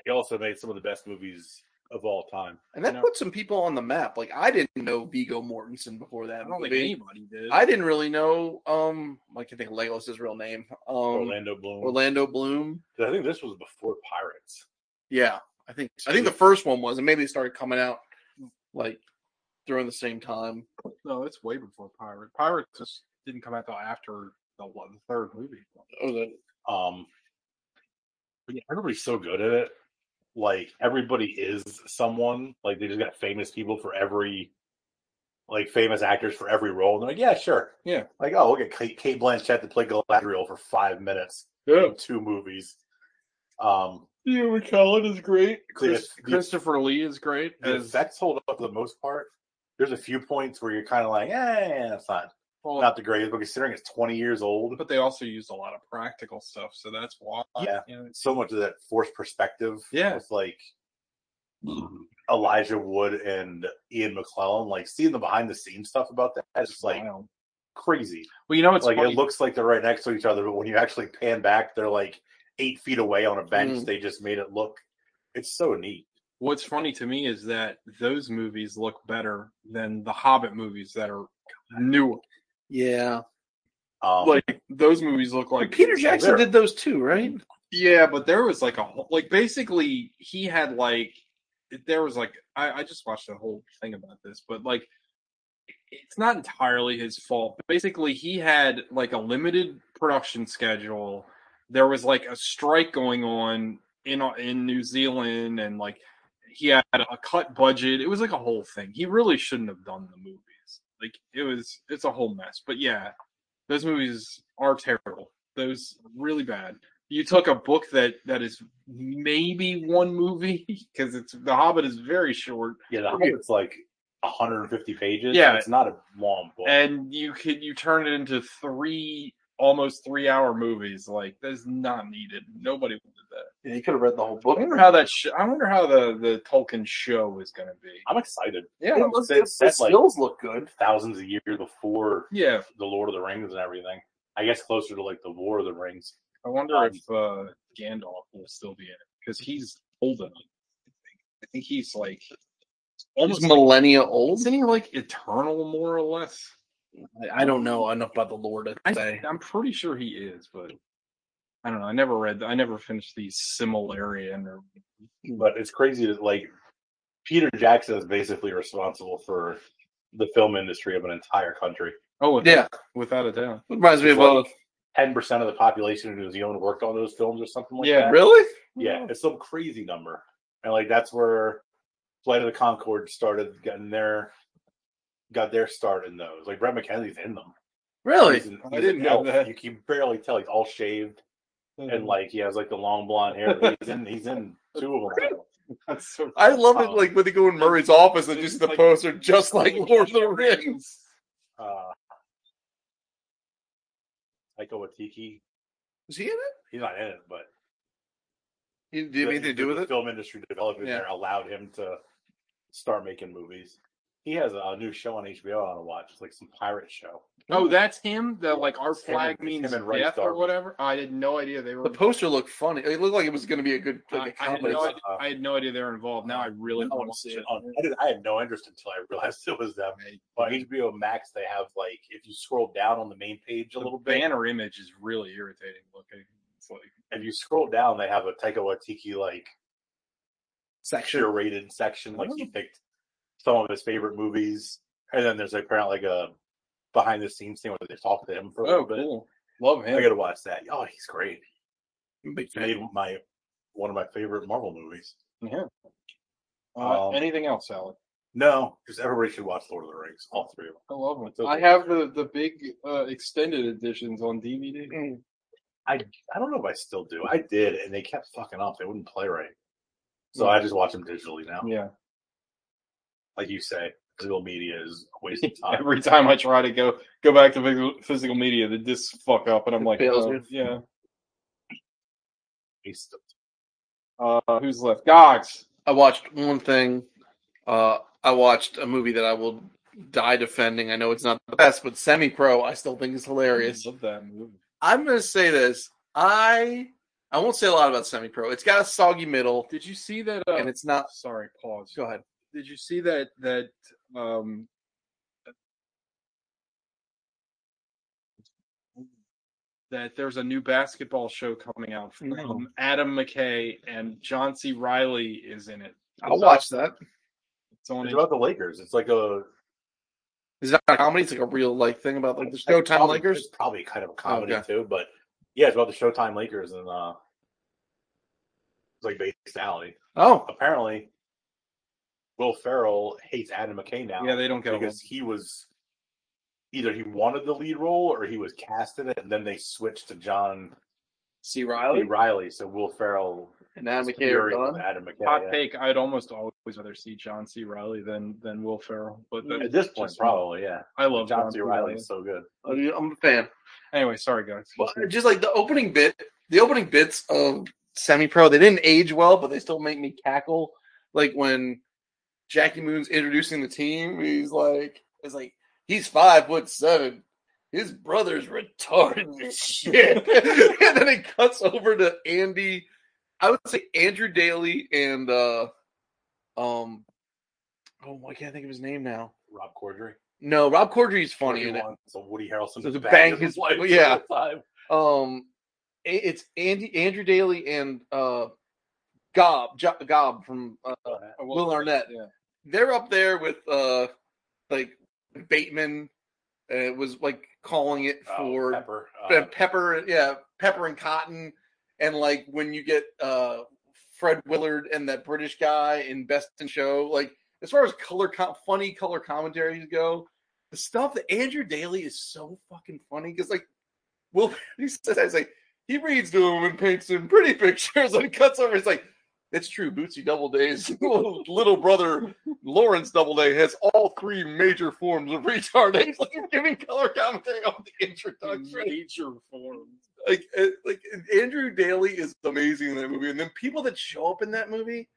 Speaker 1: he also made some of the best movies of all time.
Speaker 2: and that
Speaker 3: no.
Speaker 2: put some people on the map. Like I didn't know Vigo Mortensen before that.
Speaker 3: I don't think
Speaker 2: movie.
Speaker 3: anybody did.
Speaker 2: I didn't really know. Um, I can think of Legolas's real name. Um, Orlando.
Speaker 1: Orlando Bloom.
Speaker 2: Bloom.
Speaker 1: 'Cause I think this was before Pirates.
Speaker 2: Yeah, I think I think the first one was, and maybe they started coming out like during the same time.
Speaker 3: No, it's way before Pirates. Pirates just didn't come out till after the, one- the third movie.
Speaker 2: Oh, the-
Speaker 1: Um, but yeah, everybody's so good at it. Like everybody is someone. Like they just got famous people for every, like famous actors for every role. And they're like, yeah, sure,
Speaker 3: Yeah.
Speaker 1: Like, oh, we'll get Kate, Kate Blanchett to play Galadriel for five minutes
Speaker 3: Yeah.
Speaker 1: in two movies. Um,
Speaker 3: Yeah, McCullen is great. Chris,
Speaker 1: The- the-
Speaker 3: Christopher Lee is great.
Speaker 1: the
Speaker 3: As
Speaker 1: effects hold up for the most part. There's a few points where you're kind of like, eh, it's not
Speaker 3: well,
Speaker 1: not the greatest, but considering it's 20 years old,
Speaker 3: but they also used a lot of practical stuff, so that's why.
Speaker 1: Yeah.
Speaker 3: you know, it's-
Speaker 1: so much of that forced perspective.
Speaker 3: Yeah.
Speaker 1: With like Elijah Wood and Ian McClellan, like seeing the behind the scenes stuff about that, it's just like
Speaker 3: wild.
Speaker 1: crazy.
Speaker 3: well, you know, it's
Speaker 1: like
Speaker 3: funny.
Speaker 1: it looks like they're right next to each other, but when you actually pan back, they're like eight feet away on a bench.
Speaker 2: Mm.
Speaker 1: They just made it look. It's so neat.
Speaker 3: What's funny to me is that those movies look better than the Hobbit movies that are newer.
Speaker 2: yeah,
Speaker 1: Um,
Speaker 3: Like those movies look like
Speaker 2: like Peter Jackson
Speaker 1: there-
Speaker 2: did those too, right?
Speaker 3: Yeah, but there was like a whole, like basically he had like there was like I, I just watched a whole thing about this, but like it's not entirely his fault. Basically, he had like a limited production schedule. There was like a strike going on in in New Zealand, and like he had a cut budget. It was like a whole thing. He really shouldn't have done the movies. Like it was, it's a whole mess. But yeah, those movies are terrible. Those are really bad you took a book that that is maybe one movie because it's The Hobbit is very short,
Speaker 1: yeah, the Hobbit's like 150 pages.
Speaker 3: Yeah.
Speaker 1: it's not a long book.
Speaker 3: and you could you turn it into three almost three hour movies. Like that's not needed. Nobody would do that.
Speaker 2: Yeah, he could have read the whole
Speaker 3: I wonder how that. Sh- I wonder how the the Tolkien show is going to be.
Speaker 1: I'm excited.
Speaker 3: Yeah,
Speaker 2: It looks-
Speaker 1: That-
Speaker 2: it's- the
Speaker 1: that's like-
Speaker 2: skills look good.
Speaker 1: Thousands of years before
Speaker 3: yeah.
Speaker 1: the Lord of the Rings and everything. I guess closer to like the War of the Rings.
Speaker 3: I wonder
Speaker 1: Um,
Speaker 3: if uh, Gandalf will still be in it because he's old enough. I think. I think he's like
Speaker 2: Almost
Speaker 3: almost like,
Speaker 2: millennia old.
Speaker 3: isn't he like eternal more or less?
Speaker 2: I, I don't know enough about the lore to
Speaker 3: I,
Speaker 2: say.
Speaker 3: I'm pretty sure he is, but I don't know. I never read. I never finished the Similarian. Or Hmm.
Speaker 1: But it's crazy that like Peter Jackson is basically responsible for the film industry of an entire country.
Speaker 3: oh, with-
Speaker 2: Yeah,
Speaker 3: without a doubt.
Speaker 2: reminds me of uh,
Speaker 1: Like ten percent of the population of New Zealand worked on those films or something like
Speaker 3: Yeah.
Speaker 1: that.
Speaker 3: Hmm.
Speaker 2: really.
Speaker 1: Yeah, it's some crazy number. And like that's where Flight of the Concord started getting their got their start in those. Like Brett McKenzie's in them.
Speaker 2: Really?
Speaker 1: He's an-
Speaker 3: Oh, I
Speaker 1: he's an
Speaker 3: didn't know
Speaker 1: elf.
Speaker 3: that.
Speaker 1: You can barely tell he's all shaved and
Speaker 3: Mm-hmm.
Speaker 1: like he has like the long blonde hair. but He's in he's in two of them.
Speaker 3: That's so
Speaker 2: I love it,
Speaker 1: Um,
Speaker 2: like when they go in Murray's office and
Speaker 3: it's
Speaker 2: just the
Speaker 3: like-
Speaker 2: poster, just like Lord of the Rings.
Speaker 1: Uh, Taika Waititi.
Speaker 2: Is he in it?
Speaker 1: He's not in it, but
Speaker 2: You didn't have anything to do with
Speaker 1: the
Speaker 2: it?
Speaker 1: Film industry development
Speaker 3: Yeah.
Speaker 1: there allowed him to start making movies. He has a new show on HBO I want to watch. It's like some pirate show.
Speaker 3: Oh, that's him. The like our
Speaker 1: It's him
Speaker 3: flag
Speaker 1: and- it's
Speaker 3: means
Speaker 1: him and Rice
Speaker 3: death or
Speaker 1: Darby.
Speaker 3: whatever. I had no idea they were.
Speaker 2: The poster looked funny. It looked like it was going to be a good
Speaker 3: I,
Speaker 2: like a
Speaker 3: I had
Speaker 2: comedy.
Speaker 3: no
Speaker 1: it's,
Speaker 3: idea,
Speaker 1: uh,
Speaker 3: I had no idea they were involved. Now I really
Speaker 1: I,
Speaker 3: want
Speaker 1: wanna
Speaker 3: to see
Speaker 1: watch it
Speaker 3: it.
Speaker 1: on- I, did, I had no interest until I realized it was them. On HBO Max, they have like if you scroll down on the main page a
Speaker 3: The
Speaker 1: little bit,
Speaker 3: banner image is really irritating looking. It's like
Speaker 1: if you scroll down, they have a Taika Waititi like
Speaker 4: Section.
Speaker 1: curated section. Like
Speaker 3: Oh.
Speaker 1: he picked some of his favorite movies, and then there's apparently like a behind the scenes thing where they talk to him for a
Speaker 3: oh,
Speaker 1: little bit.
Speaker 3: cool. Love him.
Speaker 1: I gotta watch that. Oh, he's great.
Speaker 4: Big
Speaker 1: He
Speaker 4: fan.
Speaker 1: made my one of my favorite Marvel movies.
Speaker 3: Uh,
Speaker 1: Um,
Speaker 3: anything else, Alec?
Speaker 1: No, because everybody should watch Lord of the Rings, all three of them.
Speaker 3: I love him.
Speaker 1: It's okay.
Speaker 5: I have the the big uh, extended editions on DVD.
Speaker 1: I don't know if I still do. I did, and they kept fucking up. They wouldn't play right, so I just watch them digitally now.
Speaker 3: Mm. Yeah.
Speaker 1: Like you say, digital media is a waste of time.
Speaker 5: Every time I try to go go back to physical- physical media, the discs fuck up, and I'm
Speaker 4: It
Speaker 5: like,
Speaker 4: fails
Speaker 5: oh,
Speaker 4: you.
Speaker 5: yeah.
Speaker 1: Waste of-
Speaker 5: Uh, who's left? Gox.
Speaker 2: I watched one thing. Uh, I watched a movie that I will die defending. I know it's not the best, but Semi Pro I still think is hilarious.
Speaker 5: I love that movie.
Speaker 2: I'm going to say this. I I won't say a lot about Semi Pro. It's got a soggy middle,
Speaker 3: Did you see that? Uh,
Speaker 2: and it's
Speaker 5: Ah,
Speaker 2: not.
Speaker 3: sorry, pause.
Speaker 2: Go ahead.
Speaker 3: Did you see that? That um, that there's a new basketball show coming out from
Speaker 2: No.
Speaker 3: Adam McKay and John C. Riley is in it.
Speaker 2: I'll watch that.
Speaker 3: It's on
Speaker 1: It's about the Lakers. It's like a
Speaker 2: Is that a comedy? It's like a real like thing about like the Showtime
Speaker 1: probably-
Speaker 2: Lakers.
Speaker 1: It's probably kind of a comedy
Speaker 2: Okay.
Speaker 1: too, but yeah, it's about the Showtime Lakers and uh, it's like based alley.
Speaker 2: Oh,
Speaker 1: Apparently, Will Ferrell hates Adam McKay now.
Speaker 3: yeah, they don't get along.
Speaker 1: because he was either he wanted the lead role or he was cast in it, and then they switched to John
Speaker 4: C.
Speaker 1: Lee
Speaker 4: Riley
Speaker 1: Riley. So Will Ferrell
Speaker 4: and Adam
Speaker 1: is
Speaker 4: McKay are
Speaker 1: furious with
Speaker 4: done.
Speaker 1: Adam
Speaker 3: Hot
Speaker 1: McKay. yeah.
Speaker 3: take: I'd almost always rather see John C. Riley than than Will Ferrell, but that's
Speaker 1: Mm, At this point,
Speaker 3: just-
Speaker 1: probably yeah.
Speaker 3: I love
Speaker 1: John C. Riley is so good.
Speaker 4: Oh, dude, I'm a fan.
Speaker 3: Anyway, sorry guys.
Speaker 2: well, just like the opening bit, the opening bits of Semi Pro, they didn't age well, but they still make me cackle. Like when Jackie Moon's introducing the team, he's like, "It's like he's five foot seven. His brother's retarded as shit." and then it cuts over to Andy. I would say Andrew Daly and uh, um, oh, I can't I think of his name now.
Speaker 1: Rob Corddry.
Speaker 2: No, Rob Cordry's funny
Speaker 1: He
Speaker 2: in it.
Speaker 1: wants a Woody Harrelson
Speaker 2: So
Speaker 1: to
Speaker 2: to
Speaker 1: bang,
Speaker 2: bang
Speaker 1: his,
Speaker 2: his-
Speaker 1: wife the
Speaker 2: yeah.
Speaker 1: whole time.
Speaker 2: Um, i- it's Andy Andrew Daly and uh, Gob jo- Gob from uh, Will Arnett.
Speaker 3: yeah.
Speaker 2: They're up there with uh, like Bateman. Uh, was like calling it
Speaker 1: Uh,
Speaker 2: for Pepper.
Speaker 1: Pepper. Uh,
Speaker 2: Pepper, yeah, Pepper and Cotton, and like when you get uh Fred Willard and that British guy in Best in Show, like as far as color com- funny color commentaries go, the stuff that Andrew Daly is so fucking funny because like Will he says that, he's like he reads to him and paints him pretty pictures and cuts over. He's like, it's true. Bootsy Doubleday's little brother Lawrence Doubleday has all three major forms of retardation. Like you're giving color commentary on the introduction
Speaker 3: Major form.
Speaker 2: like uh, like Andrew Daly is amazing in that movie, and then people that show up in that movie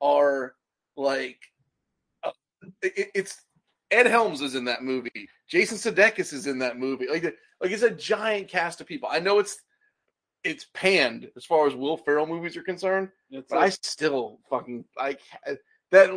Speaker 2: are like, uh, it- it's Ed Helms is in that movie, Jason Sudeikis is in that movie, like like it's a giant cast of people. I know it's it's panned as far as Will Ferrell movies are concerned,
Speaker 3: It's
Speaker 2: but
Speaker 3: like-
Speaker 2: I still fucking I ca- that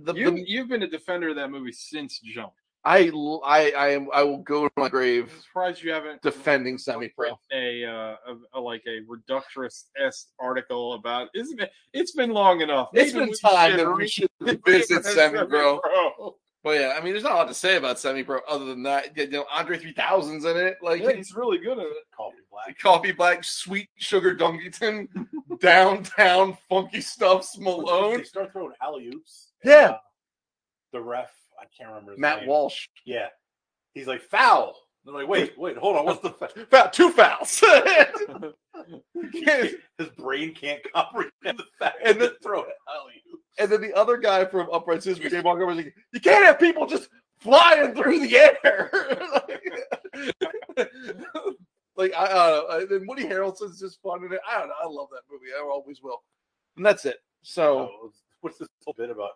Speaker 2: the,
Speaker 3: you,
Speaker 2: the
Speaker 3: you've been a defender of that movie since Jump.
Speaker 2: I I I am I will go to my grave
Speaker 3: I'm surprised you haven't
Speaker 2: defending semi pro.
Speaker 3: a, uh, a- a- like a reductress s article about. Isn't it? It's been long enough.
Speaker 2: It's
Speaker 3: Maybe
Speaker 2: been
Speaker 3: we
Speaker 2: time
Speaker 3: should
Speaker 2: that we
Speaker 3: read
Speaker 2: should
Speaker 3: the
Speaker 2: visit
Speaker 3: paper,
Speaker 2: Semi Pro.
Speaker 3: Pro.
Speaker 2: Well, yeah, I mean, there's not a lot to say about Semi Pro other than that. You know, Andre 3000's in it. Like,
Speaker 3: Yeah, he's really good at it.
Speaker 1: Call me Black.
Speaker 2: Coffee Black, Sweet Sugar Dunkington, Downtown Funky Stuffs
Speaker 1: They
Speaker 2: Malone.
Speaker 1: start throwing alley oops.
Speaker 2: Yeah.
Speaker 1: the ref, I can't remember his
Speaker 2: Matt
Speaker 1: name.
Speaker 2: Walsh.
Speaker 1: Yeah. He's like, foul. They're like, wait, wait, hold on. What's the foul?
Speaker 2: Foul, two fouls.
Speaker 1: His brain can't comprehend the fact
Speaker 2: And
Speaker 1: and
Speaker 2: then-
Speaker 1: then throw it alley oop.
Speaker 2: and then the other guy from Upright Citizens, Jay Montgomery, was like, you can't have people just flying through the air. like, like, I, I don't know. And then Woody Harrelson's just fun in it. I don't know. I love that movie. I always will. and that's it. So
Speaker 1: Oh, what's this little bit about?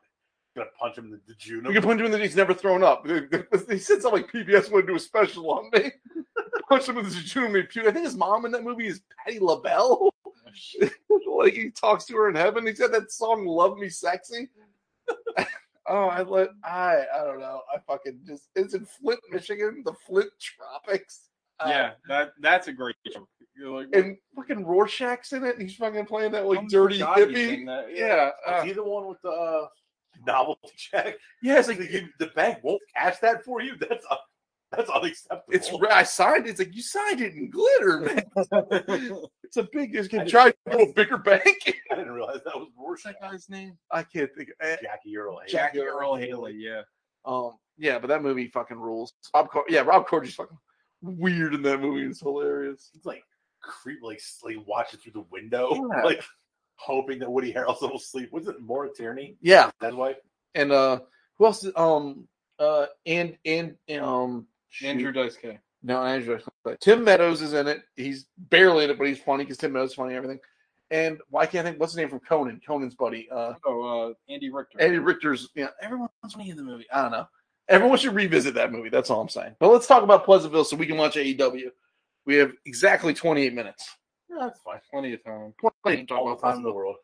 Speaker 1: Gonna punch him in the Juno.
Speaker 2: we can punch him in the he's never thrown up. He said something like PBS want to do a special on me. punch him in the junior puke. I think his mom in that movie is Patty LaBelle. like he talks to her in heaven. He said that song "Love Me Sexy." oh, I let I I don't know. I fucking just it's in Flint, Michigan, the Flint tropics. Uh,
Speaker 3: yeah, that that's a great joke. You're like,
Speaker 2: and fucking Rorschach's in it. and He's fucking playing that like
Speaker 3: I'm
Speaker 2: dirty
Speaker 3: forgot you
Speaker 2: hippie.
Speaker 3: sang that,
Speaker 2: Yeah,
Speaker 1: Is
Speaker 2: uh,
Speaker 1: he the one with the uh, novelty check?
Speaker 2: yeah. It's
Speaker 1: It's like
Speaker 2: like
Speaker 1: you, the bank won't cash that for you. That's un- that's unacceptable.
Speaker 2: it's I signed. it. It's like you signed it in glitter, man. it's a big. It's
Speaker 1: I
Speaker 2: gonna
Speaker 1: just-
Speaker 2: try to do a bigger bank.
Speaker 1: I didn't realize that was Rorschach.
Speaker 3: that guy's name?
Speaker 2: I can't think. Of, eh,
Speaker 1: Jackie Earl. Haley.
Speaker 2: Jack-
Speaker 3: Jackie Earl Haley. Yeah,
Speaker 2: um, yeah, but that movie fucking rules. Rob, Cor- yeah, Rob Corddry's fucking weird in that movie. It's hilarious.
Speaker 1: He's like creep, like sleep, watching through the window,
Speaker 2: Yeah.
Speaker 1: like hoping that Woody Harrelson will sleep. Was it Maura Tierney?
Speaker 2: Yeah,
Speaker 1: That wife?
Speaker 2: and uh, who else? Is, um, uh, and and um, shoot.
Speaker 3: Andrew Dice K.
Speaker 2: No, Andrew. But Tim Meadows is in it. He's barely in it, but he's funny because Tim Meadows is funny and everything. And why can't I think what's his name from Conan? Conan's buddy, uh,
Speaker 3: Oh, uh, Andy Richter.
Speaker 2: Eddie Richter's. You know, everyone's funny in the movie. I don't know. Everyone should revisit that movie. That's all I'm saying. But let's talk about Pleasantville so we can launch AEW. We have exactly 28 minutes.
Speaker 1: Yeah, that's fine.
Speaker 3: Plenty of time.
Speaker 2: 28 to talk
Speaker 1: All
Speaker 2: about
Speaker 1: the time in the
Speaker 2: Pleasantville.
Speaker 1: world.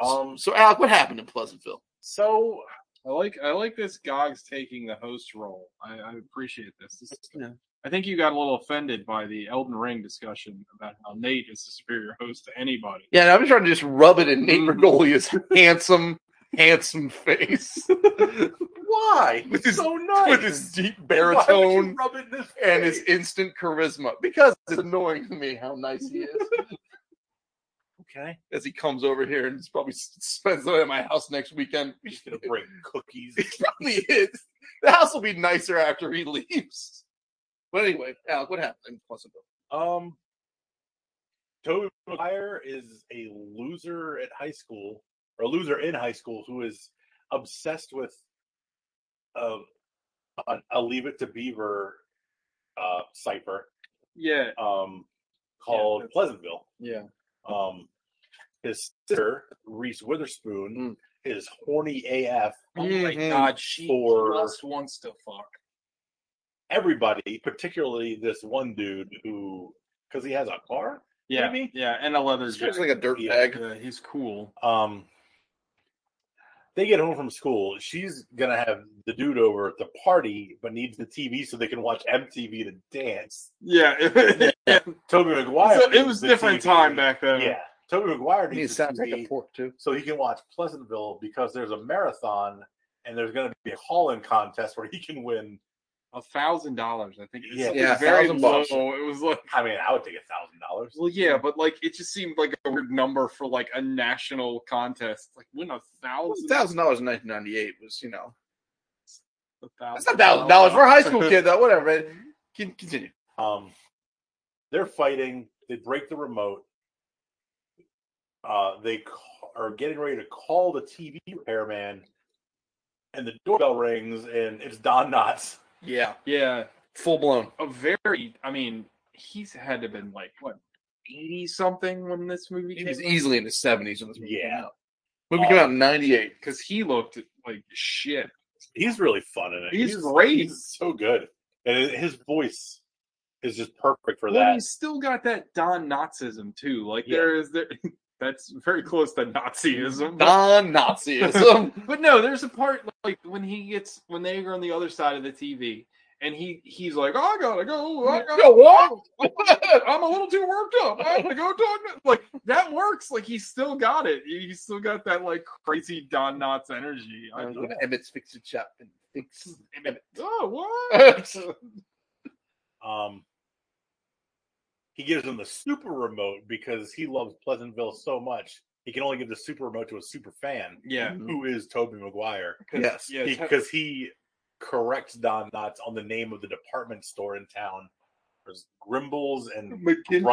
Speaker 2: Um, so Alec, what happened in Pleasantville?
Speaker 1: So
Speaker 3: I like I like this Gogs taking the host role. I, I appreciate this. This is-
Speaker 2: Yeah.
Speaker 3: I think you got a little offended by the Elden Ring discussion about how Nate is the superior host to anybody.
Speaker 2: Yeah, and I'm trying to just rub it in Nate
Speaker 3: Mhm.
Speaker 2: Rigolia's handsome, handsome face
Speaker 1: why?
Speaker 2: With his-
Speaker 1: so nice.
Speaker 2: with his deep
Speaker 1: Why would you
Speaker 2: baritone.
Speaker 1: rub it in his
Speaker 2: and his
Speaker 1: face?
Speaker 2: instant charisma because it's annoying to me how nice he is.
Speaker 1: okay.
Speaker 2: As he comes over here and probably s- spends the night at my house next weekend,
Speaker 1: He's gonna bring cookies.
Speaker 2: he probably is. The house will be nicer after he leaves. But anyway, Alec, what happened in Pleasantville?
Speaker 1: Um, Toby McGuire is a loser at high school, or a loser in high school, who is obsessed with um, a, a Leave It to Beaver uh, cipher
Speaker 3: Yeah,
Speaker 1: um, called
Speaker 3: that's-
Speaker 1: Pleasantville.
Speaker 3: yeah.
Speaker 1: Um, his sister, Reese
Speaker 3: Mm.
Speaker 1: Witherspoon, is horny AF
Speaker 3: Oh my
Speaker 2: Mhm.
Speaker 3: god, she
Speaker 1: For-
Speaker 3: just wants to fuck.
Speaker 1: everybody, particularly this one dude who, because he has a car,
Speaker 3: Yeah,
Speaker 1: Maybe.
Speaker 3: yeah, and a leather
Speaker 2: This guy's
Speaker 3: jacket.
Speaker 2: like a dirtbag.
Speaker 1: Yeah.
Speaker 2: bag.
Speaker 3: Yeah, he's cool.
Speaker 1: um they get home from school she's gonna have the dude over at the party but needs the tv so they can watch mtv to dance
Speaker 3: Yeah, it,
Speaker 1: toby mcguire
Speaker 3: was
Speaker 1: needs the
Speaker 3: different
Speaker 1: TV.
Speaker 3: time back then.
Speaker 1: yeah toby mcguire
Speaker 2: He
Speaker 1: needs the
Speaker 2: sounds like
Speaker 1: TV
Speaker 2: a pork too.
Speaker 1: so he can watch pleasantville because there's a marathon and there's gonna be a haul-in contest where he can win
Speaker 3: a thousand dollars. I think. It's
Speaker 1: Yeah.
Speaker 3: yeah,
Speaker 2: Yeah,
Speaker 3: very
Speaker 2: $1,000
Speaker 3: low.
Speaker 2: bucks.
Speaker 3: It was like,
Speaker 1: i mean i would take a thousand dollars
Speaker 3: well, yeah, but like it just seemed like a weird number for like a national contest. Like win a thousand,
Speaker 2: Thousand dollars in 1998 was, you know,
Speaker 3: a thousand.
Speaker 2: that's a thousand dollars for a high school kid though. Whatever. man. Con- Continue.
Speaker 1: Um, they're fighting. They break the remote. Uh, they ca- are getting ready to call the TV repairman, and the doorbell rings, and it's Don Knotts.
Speaker 2: Yeah,
Speaker 3: Yeah,
Speaker 2: full blown.
Speaker 3: a very. I mean, he's had to been like what eighty something when this movie
Speaker 2: He
Speaker 3: came
Speaker 2: was easily in his 70s when this movie came
Speaker 1: Yeah.
Speaker 2: out. Movie came out in 98.
Speaker 3: because he looked like shit.
Speaker 1: He's really fun in it.
Speaker 3: He's great.
Speaker 1: He's so good, and it- his voice is just perfect for
Speaker 3: Well,
Speaker 1: that.
Speaker 3: he's still got that Don Nazism too. Like
Speaker 1: Yeah.
Speaker 3: there is there. That's very close to Nazism.
Speaker 2: Don Nazism.
Speaker 3: but no, there's a part like when he gets when they are on the other side of the TV and he he's like, oh, I gotta go, I gotta
Speaker 2: Yo, what?
Speaker 3: go. I'm a little too worked up. I gotta go talk. to-" Like that works. Like he's still got it. He's still got that like crazy Don Knotts energy. I,
Speaker 2: I'm going to Emmett's fix it shop and fix.
Speaker 3: oh what?
Speaker 1: Um, he gives him the super remote because he loves Pleasantville so much. He can only give the super remote to a super fan,
Speaker 3: yeah,
Speaker 1: who is Toby Maguire.
Speaker 2: Yes.
Speaker 3: yeah. it's-
Speaker 1: because he corrects Don Knotts on the name of the department store in town. There's Grimbles and
Speaker 3: Mm-hmm.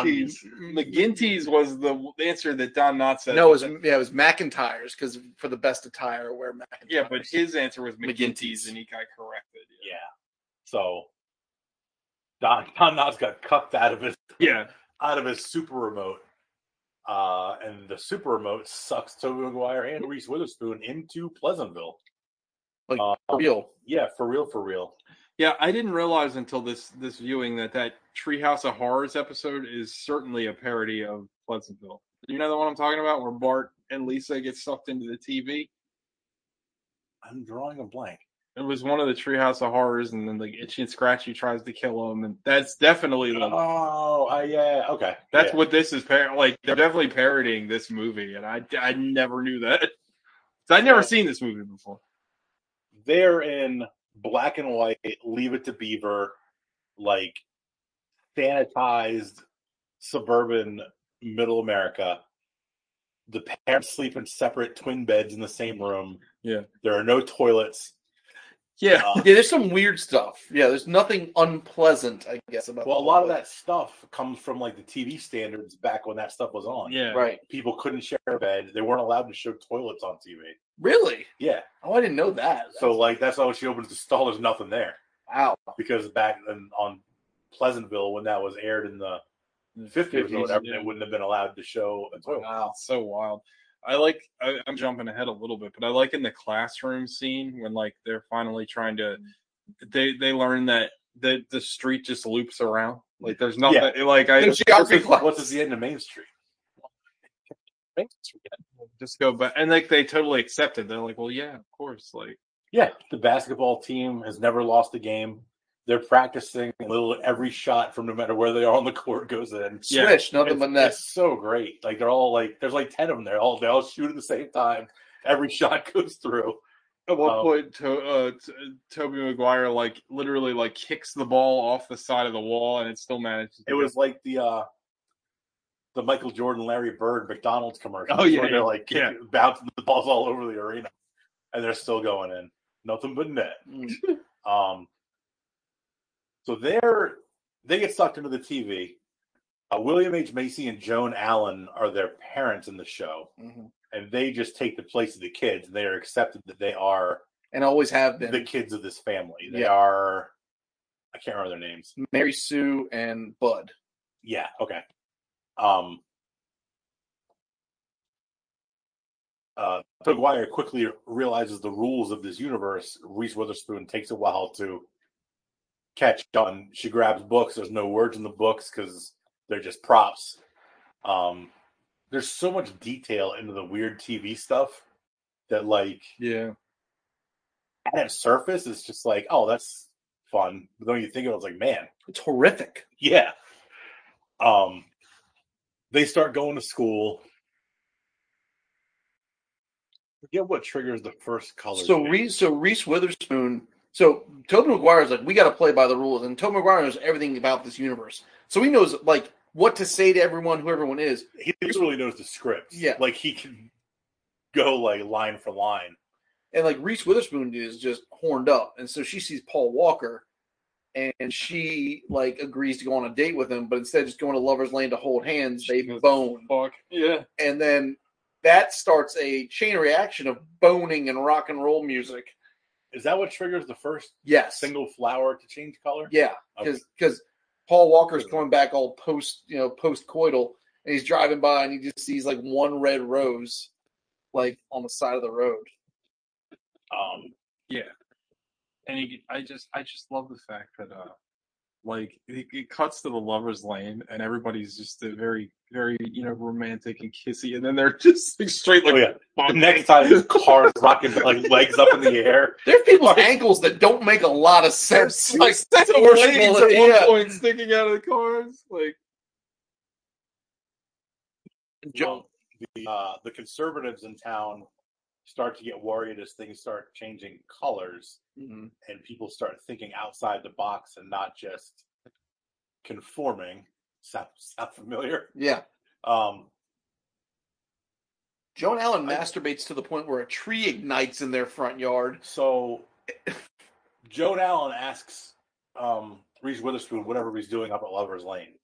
Speaker 3: McGinty's McGinty's was the answer that Don Knotts said.
Speaker 2: No, it was yeah, it was McIntyre's because for the best attire, wear McIntyre's.
Speaker 3: yeah, but his answer was
Speaker 2: McGinty's.
Speaker 3: McGinty's, and he got corrected.
Speaker 1: yeah. So Don Don Knotts got cucked out of his
Speaker 3: Yeah,
Speaker 1: out of his super remote. Uh, and the super remote sucks Toby Maguire and Reese Witherspoon into Pleasantville.
Speaker 2: Like, oh,
Speaker 1: Uh,
Speaker 2: real.
Speaker 1: yeah, for real, for real.
Speaker 3: Yeah, I didn't realize until this this viewing that that Treehouse of Horrors episode is certainly a parody of Pleasantville. You know the one I'm talking about, where Bart and Lisa get sucked into the TV.
Speaker 1: I'm drawing a blank.
Speaker 3: It was one of the Treehouse of Horrors, and then like Itchy and Scratchy tries to kill him, and that's definitely like
Speaker 1: Oh, I, yeah, okay.
Speaker 3: that's
Speaker 1: yeah.
Speaker 3: what this is. Par- like they're definitely parodying this movie, and I I never knew that. 'Cause I'd never seen this movie before.
Speaker 1: they're in black and white, leave it to Beaver, like sanitized suburban middle America. The parents sleep in separate twin beds in the same room.
Speaker 3: Yeah.
Speaker 1: There are no toilets.
Speaker 3: Yeah,
Speaker 1: Uh,
Speaker 2: Yeah, there's some weird stuff. Yeah, there's nothing unpleasant, I guess, about
Speaker 1: well, a lot of that stuff comes from like the TV standards back when that stuff was on.
Speaker 3: yeah.
Speaker 2: Right.
Speaker 1: People couldn't share a bed. They weren't allowed to show toilets on TV.
Speaker 2: Really?
Speaker 1: Yeah.
Speaker 2: Oh, I didn't know that.
Speaker 1: So like that's how she opens the stall. There's nothing there.
Speaker 2: wow.
Speaker 1: because back in, on Pleasantville when that was aired in the 50s or whatever,
Speaker 3: yeah.
Speaker 1: they wouldn't have been allowed to show a toilet.
Speaker 2: Wow.
Speaker 3: so wild. I like. I, I'm jumping ahead a little bit, but I like in the classroom scene when like they're finally trying to. They they learn that the the street just loops around. Like there's nothing. Like I
Speaker 2: There's geography
Speaker 1: What's at-
Speaker 2: class.
Speaker 1: What's at the end of Main Street?
Speaker 3: just go back and like they totally accept it. They're like, well, yeah, of course. Like
Speaker 1: Yeah, the basketball team has never lost a game. They're practicing little every shot from no matter where they are on the court goes in.
Speaker 3: Yeah.
Speaker 2: Swish, nothing
Speaker 1: It's,
Speaker 2: but net.
Speaker 1: it's so great. Like they're all like there's like ten of them. They're all they all shoot at the same time. Every shot goes through.
Speaker 3: at one
Speaker 1: Oh.
Speaker 3: point, to, uh, to, Toby Maguire like literally like kicks the ball off the side of the wall, and it still manages. to
Speaker 1: It
Speaker 3: go.
Speaker 1: was like the uh the Michael Jordan, Larry Bird, McDonald's commercial.
Speaker 3: Oh, yeah,
Speaker 1: where
Speaker 3: yeah,
Speaker 1: they're like
Speaker 3: yeah.
Speaker 1: kicking- bouncing the balls all over the arena, and they're still going in. Nothing but net.
Speaker 2: Mm.
Speaker 1: Um, so they're they get sucked into the TV. Uh, William H Macy and Joan Allen are their parents in the show,
Speaker 2: Mhm.
Speaker 1: and they just take the place of the kids. And they are accepted that they are
Speaker 2: And always have been.
Speaker 1: the kids of this family. They
Speaker 2: Yeah.
Speaker 1: are. I can't remember their names.
Speaker 2: Mary Sue and Bud.
Speaker 1: Yeah. Okay. Um. Uh, Maguire quickly realizes the rules of this universe. Reese Witherspoon takes a while to catch on. She grabs books. There's no words in the books because they're just props. Um, there's so much detail into the weird TV stuff that, like,
Speaker 3: yeah.
Speaker 1: at its surface, it's just like, oh, that's fun. But then when you think of it, it's like, man,
Speaker 2: It's horrific.
Speaker 1: yeah. Um, they start going to school. Forget what triggers the first color.
Speaker 2: So
Speaker 1: change.
Speaker 2: Reese, so Reese Witherspoon. So Toby McGuire's like, we got to play by the rules, and Toby McGuire knows everything about this universe. So he knows like what to say to everyone, who everyone is.
Speaker 1: he literally knows the scripts.
Speaker 2: Yeah.
Speaker 1: like he can go like line for line.
Speaker 2: And like Reese Witherspoon is just horned up, and so she sees Paul Walker, and she like agrees to go on a date with him, but instead of just going to lovers lane to hold hands, they bone,
Speaker 3: Fuck. Yeah.
Speaker 2: and then that starts a chain reaction of boning and rock and roll music.
Speaker 1: Is that what triggers the first
Speaker 2: Yes,
Speaker 1: single flower to change color?
Speaker 2: yeah.
Speaker 1: Okay.
Speaker 2: because because Paul Walker's coming back all post you know post coital, and he's driving by and he just sees like one red rose, like on the side of the road.
Speaker 1: Um,
Speaker 3: and he, I just I just love the fact that uh like it, it cuts to the lovers lane and everybody's just a very very you know romantic and kissy and then they're just like, straight like
Speaker 1: oh yeah.
Speaker 3: fuck.
Speaker 1: Next time his car's rocking like legs up in the air.
Speaker 2: There's people's ankles that don't make a lot of sense.
Speaker 3: There's like sets of
Speaker 2: Or she
Speaker 3: blades
Speaker 2: will-
Speaker 3: at one
Speaker 2: yeah.
Speaker 3: point sticking out of the cars like
Speaker 2: Joe,
Speaker 1: the uh, the conservatives in town start to get worried as things start changing colors
Speaker 2: Mhm.
Speaker 1: and people start thinking outside the box and not just conforming. Sound, sound familiar?
Speaker 2: yeah.
Speaker 1: Um,
Speaker 2: Joan Allen masturbates to the point where a tree ignites in their front yard.
Speaker 1: so Joan Allen asks um, Reese Witherspoon whatever he's doing up at Lover's Lane.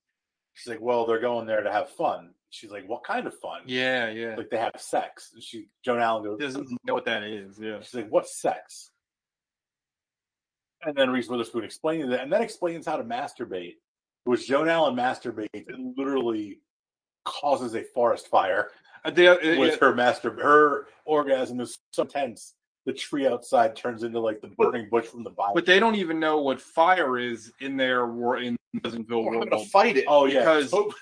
Speaker 1: She's like, "Well, they're going there to have fun." She's like, "What kind of fun?"
Speaker 3: yeah yeah
Speaker 1: Like uh, they have sex. And she Joan Allen goes,
Speaker 3: He doesn't know what that is yeah
Speaker 1: She's like, "What's sex?" And then Reese Witherspoon explains that, and that explains how to masturbate. Which Joan Allen masturbates and literally causes a forest fire
Speaker 3: Uh, the- uh,
Speaker 1: with
Speaker 3: yeah,
Speaker 1: her master. Her orgasm is so tense, the tree outside turns into like the burning bush from the Bible.
Speaker 3: but they don't even know what fire is in their war in Pleasantville
Speaker 2: We're not
Speaker 3: world.
Speaker 2: gonna fight it.
Speaker 1: oh yeah,
Speaker 3: because-
Speaker 1: Oh,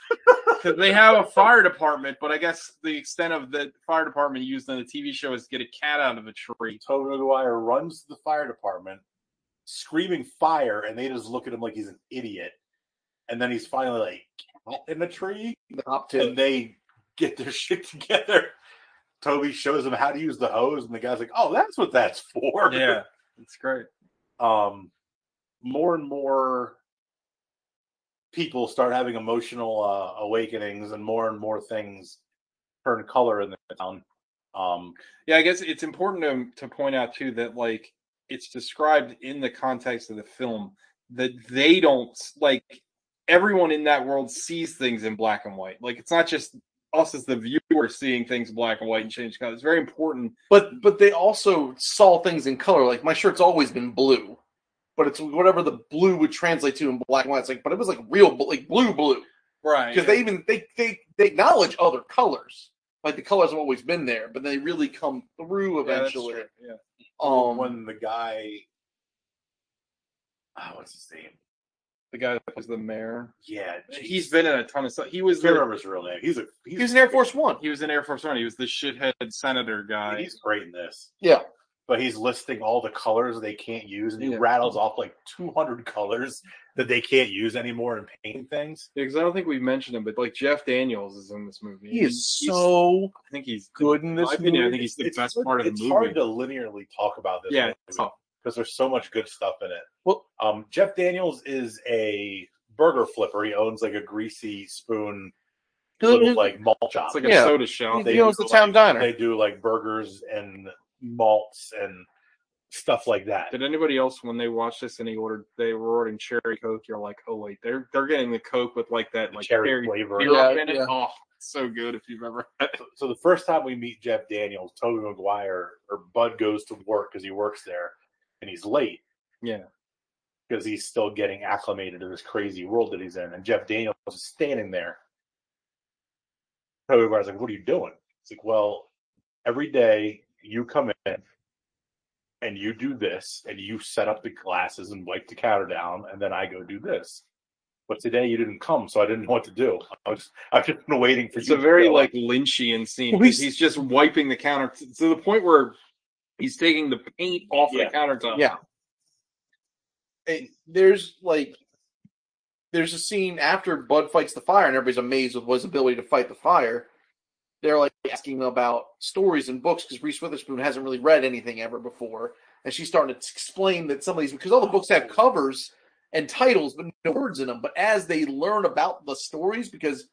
Speaker 3: 'Cause they have a fire department, but I guess the extent of the fire department used in the TV show is to get a cat out of a tree.
Speaker 1: Toby Maguire runs to the fire department, screaming fire, and they just look at him like he's an idiot. And then he's finally like cat in the tree,
Speaker 2: Hop to it.
Speaker 1: and they get their shit together. Toby shows him how to use the hose, and the guy's like, "Oh, that's what that's for."
Speaker 3: Yeah, it's great.
Speaker 1: um, more and more people start having emotional uh, awakenings, and more and more things turn color in the town. Um,
Speaker 3: Yeah, I guess it's important to, to point out too that like it's described in the context of the film that they don't like everyone in that world sees things in black and white. Like it's not just us as the viewer seeing things in black and white and change color. It's very important.
Speaker 2: But but they also saw things in color. Like my shirt's always been blue, but it's whatever the blue would translate to in black and white. It's like, but it was like real, bl- like blue, blue,
Speaker 3: Right.
Speaker 2: because they even they they they acknowledge other colors. Like the colors have always been there, but they really come through eventually.
Speaker 3: Yeah.
Speaker 2: um,
Speaker 1: when the guy, ah, what's his name?
Speaker 3: The guy that was the mayor.
Speaker 1: Yeah,
Speaker 3: He's been in a ton of stuff. He was
Speaker 1: can't
Speaker 3: the,
Speaker 1: remember his real name. He's a he's,
Speaker 2: he was in Air Force One.
Speaker 3: he was in Air Force One. He was the shithead senator guy.
Speaker 1: he's great in this.
Speaker 2: Yeah.
Speaker 1: But he's listing all the colors they can't use, and he
Speaker 3: Yeah.
Speaker 1: rattles off like 200 colors that they can't use anymore in painting things.
Speaker 3: because I don't think we've mentioned him, but like Jeff Daniels is in this movie.
Speaker 2: He is
Speaker 3: He's-
Speaker 2: so
Speaker 3: I think he's
Speaker 2: good in
Speaker 3: my
Speaker 2: this
Speaker 3: opinion, I
Speaker 2: movie.
Speaker 3: think he's the
Speaker 1: It's
Speaker 3: best
Speaker 1: hard-
Speaker 3: part of the
Speaker 1: it's
Speaker 3: movie.
Speaker 1: hard to linearly talk about this.
Speaker 3: yeah, it's tough.
Speaker 1: because there's so much good stuff in it.
Speaker 2: Well-
Speaker 1: um, Jeff Daniels is a burger flipper. He owns like a greasy spoon, little, like malt shop.
Speaker 3: It's like
Speaker 2: Yeah.
Speaker 3: a soda shell.
Speaker 1: They
Speaker 2: he owns
Speaker 1: do,
Speaker 2: the town
Speaker 1: like-
Speaker 2: diner.
Speaker 1: They do like burgers and malts and stuff like that.
Speaker 3: Did anybody else when they watched this and they ordered they were ordering cherry coke? You're like, oh wait, they're they're getting the coke with like that
Speaker 1: The
Speaker 3: like
Speaker 1: cherry
Speaker 3: cherry,
Speaker 1: flavor.
Speaker 3: syrup
Speaker 2: Yeah,
Speaker 3: in it.
Speaker 2: yeah.
Speaker 3: Oh, so good if you've ever. had it.
Speaker 1: So the first time we meet Jeff Daniels, Toby Maguire or Bud goes to work because he works there, and he's late.
Speaker 3: Yeah.
Speaker 1: because he's still getting acclimated to this crazy world that he's in. And Jeff Daniels is standing there. Toby Maguire's like, "What are you doing?" It's like, "Well, every day you come in." And you do this, and you set up the glasses and wipe the counter down, and then I go do this. But today you didn't come, so I didn't know what to do. I was, I've just been waiting for
Speaker 3: It's
Speaker 1: you.
Speaker 3: a very
Speaker 1: to show up.
Speaker 3: like Lynchian scene.
Speaker 2: Well,
Speaker 3: 'cause
Speaker 2: he's-
Speaker 3: he's just wiping the counter t- to the point where he's taking the paint off
Speaker 1: Yeah.
Speaker 3: the countertop.
Speaker 2: Yeah. And there's like there's a scene after Bud fights the fire and everybody's amazed with his ability to fight the fire. They're like asking about stories and books because Reese Witherspoon hasn't really read anything ever before, and she's starting to explain that some of these because all the books have covers and titles but no words in them. But as they learn about the stories, because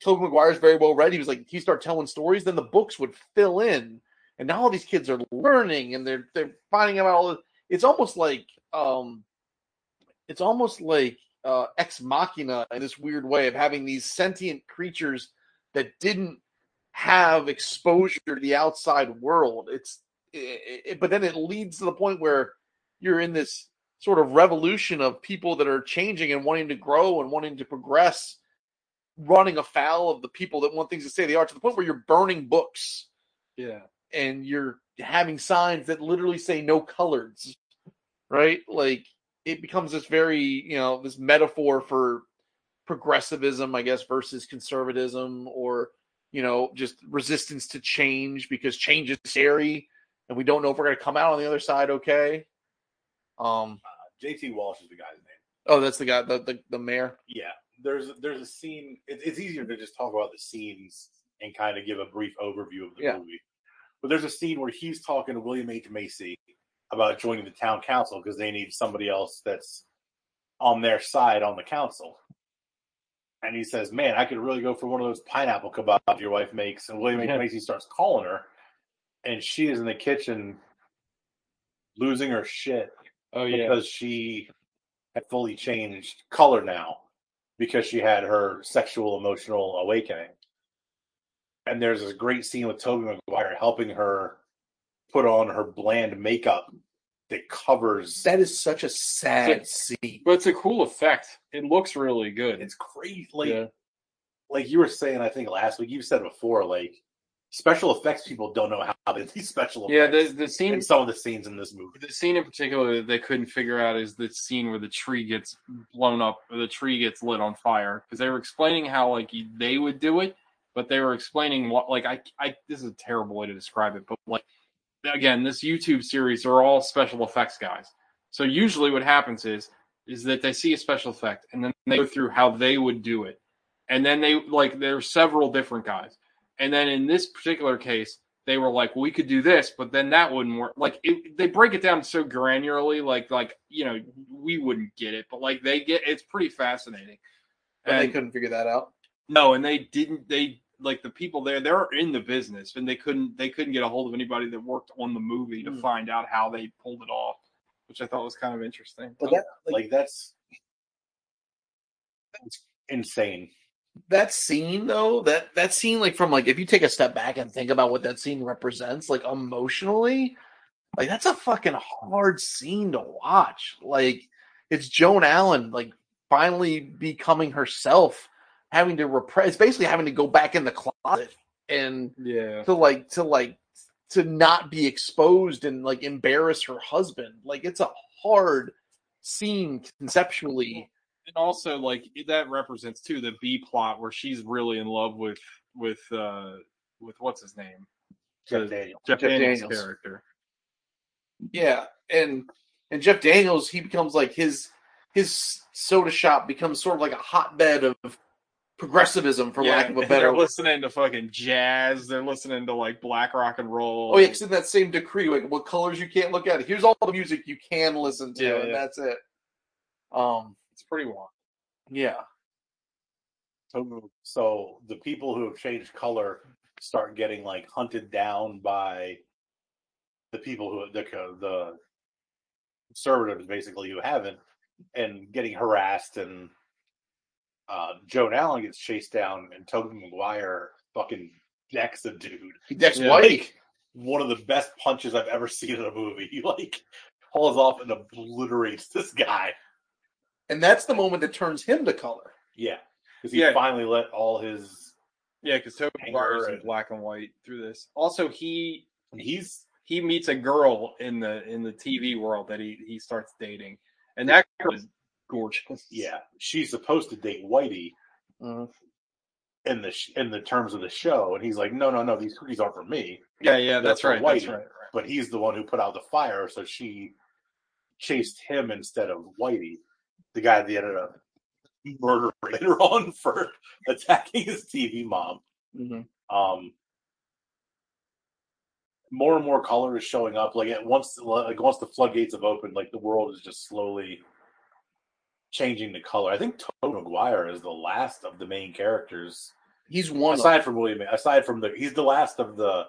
Speaker 2: Tobey Maguire's very well read, he was like he started telling stories, then the books would fill in, and now all these kids are learning and they're they're finding out all. It's almost like um, it's almost like uh, ex machina in this weird way of having these sentient creatures that didn't have exposure to the outside world. It's, it, it, but then it leads to the point where you're in this sort of revolution of people that are changing and wanting to grow and wanting to progress, running afoul of the people that want things to stay they are to the point where you're burning books
Speaker 3: yeah.
Speaker 2: and you're having signs that literally say no colors, right? Like it becomes this very, you know, this metaphor for progressivism, I guess, versus conservatism or, you know, just resistance to change because change is scary and we don't know if we're going to come out on the other side okay. Um,
Speaker 1: J.T. Walsh is the guy's name.
Speaker 2: oh, that's the guy, the, the, the mayor.
Speaker 1: yeah there's there's a scene it, it's easier to just talk about the scenes and kind of give a brief overview of the
Speaker 2: Yeah.
Speaker 1: movie but there's a scene where he's talking to william h macy about joining the town council because they need somebody else that's on their side on the council and he says man i could really go for one of those pineapple kebabs your wife makes and william h macy starts calling her and she is in the kitchen losing her shit
Speaker 3: Oh yeah.
Speaker 1: because she had fully changed color now because she had her sexual emotional awakening. And there's this great scene with Toby Maguire helping her put on her bland makeup that covers
Speaker 2: That is such a sad scene.
Speaker 3: But it's a cool effect. It looks really good.
Speaker 1: it's crazy like
Speaker 3: Yeah.
Speaker 1: like you were saying, I think last week you said before, like special effects people don't know how to do special
Speaker 3: Yeah,
Speaker 1: effects
Speaker 3: the the scene
Speaker 1: in some of the scenes in this movie.
Speaker 3: the scene in particular that they couldn't figure out is the scene where the tree gets blown up or the tree gets lit on fire because they were explaining how like they would do it but they were explaining what like I, I this is a terrible way to describe it but like again this youtube series are all special effects guys so usually what happens is is that they see a special effect and then they go through how they would do it and then they like there are several different guys and then in this particular case they were like, well, we could do this, but then that wouldn't work. Like it, they break it down so granularly, like like you know we wouldn't get it, but like they get it's pretty fascinating.
Speaker 2: But they
Speaker 3: And-
Speaker 2: couldn't figure that out.
Speaker 3: no, and they didn't. They like the people there. They're in the business, and they couldn't. They couldn't get a hold of anybody that worked on the movie to
Speaker 2: Hmm.
Speaker 3: find out how they pulled it off, which I thought was kind of interesting.
Speaker 2: But that like,
Speaker 1: Like that's that's insane.
Speaker 2: that scene though, that that scene like from like if you take a step back and think about what that scene represents, like emotionally, like that's a fucking hard scene to watch. Like it's Joan Allen like finally becoming herself, having to repress it's basically having to go back in the closet and
Speaker 3: Yeah,
Speaker 2: to like to like to not be exposed and like embarrass her husband. Like it's a hard scene conceptually.
Speaker 3: and also like that represents too the B plot where she's really in love with with uh with what's his name
Speaker 1: Jeff
Speaker 3: The-
Speaker 1: Daniel.
Speaker 3: Jeff,
Speaker 2: Jeff
Speaker 3: Daniels'
Speaker 2: Daniels.
Speaker 3: character.
Speaker 2: Yeah, and and Jeff Daniels he becomes like his his soda shop becomes sort of like a hotbed of progressivism, for lack of a
Speaker 3: and
Speaker 2: better.
Speaker 3: They're listening to fucking jazz. They're listening to like black rock and roll.
Speaker 2: Oh yeah, 'cause in that same decree, like what colors you can't look at. Here's all the music you can listen to,
Speaker 3: Yeah,
Speaker 2: and
Speaker 3: yeah.
Speaker 2: that's it. Um,
Speaker 3: it's pretty wild.
Speaker 2: yeah,
Speaker 1: So- So the people who have changed color start getting like hunted down by the people who the co- the conservatives basically who haven't and getting harassed and uh Joan Allen gets chased down and Toby Maguire fucking decks a dude.
Speaker 2: that's
Speaker 3: Yeah.
Speaker 2: Whitey.
Speaker 1: One of the best punches I've ever seen in a movie. He like hauls off and obliterates this guy.
Speaker 2: and that's the moment that turns him to color.
Speaker 1: Yeah. Because he
Speaker 3: Yeah.
Speaker 1: finally let all his
Speaker 3: Yeah, because Toby
Speaker 1: Anger
Speaker 3: Maguire's in
Speaker 1: and-
Speaker 3: black and white through this. Also, he
Speaker 1: he's
Speaker 3: he meets a girl in the in the TV world that he he starts dating, and that girl is gorgeous.
Speaker 1: yeah, she's supposed to date Whitey.
Speaker 3: Mm-hmm.
Speaker 1: in the sh- in the terms of the show, and he's like, no, no, no, these cookies aren't for me.
Speaker 3: yeah, yeah. That's,
Speaker 1: That's
Speaker 3: right.
Speaker 1: white.
Speaker 3: That's right. right.
Speaker 1: But he's the one who put out the fire, so she chased him instead of Whitey, the guy that ended up murdering later on for attacking his TV mom.
Speaker 3: Mm-hmm.
Speaker 2: Mhm.
Speaker 1: Um, more and more color is showing up. Like at once, like once the floodgates have opened, like the world is just slowly changing the color. I think Toby Maguire is the last of the main characters
Speaker 2: He's one. of
Speaker 1: aside from William, aside from the he's the last of the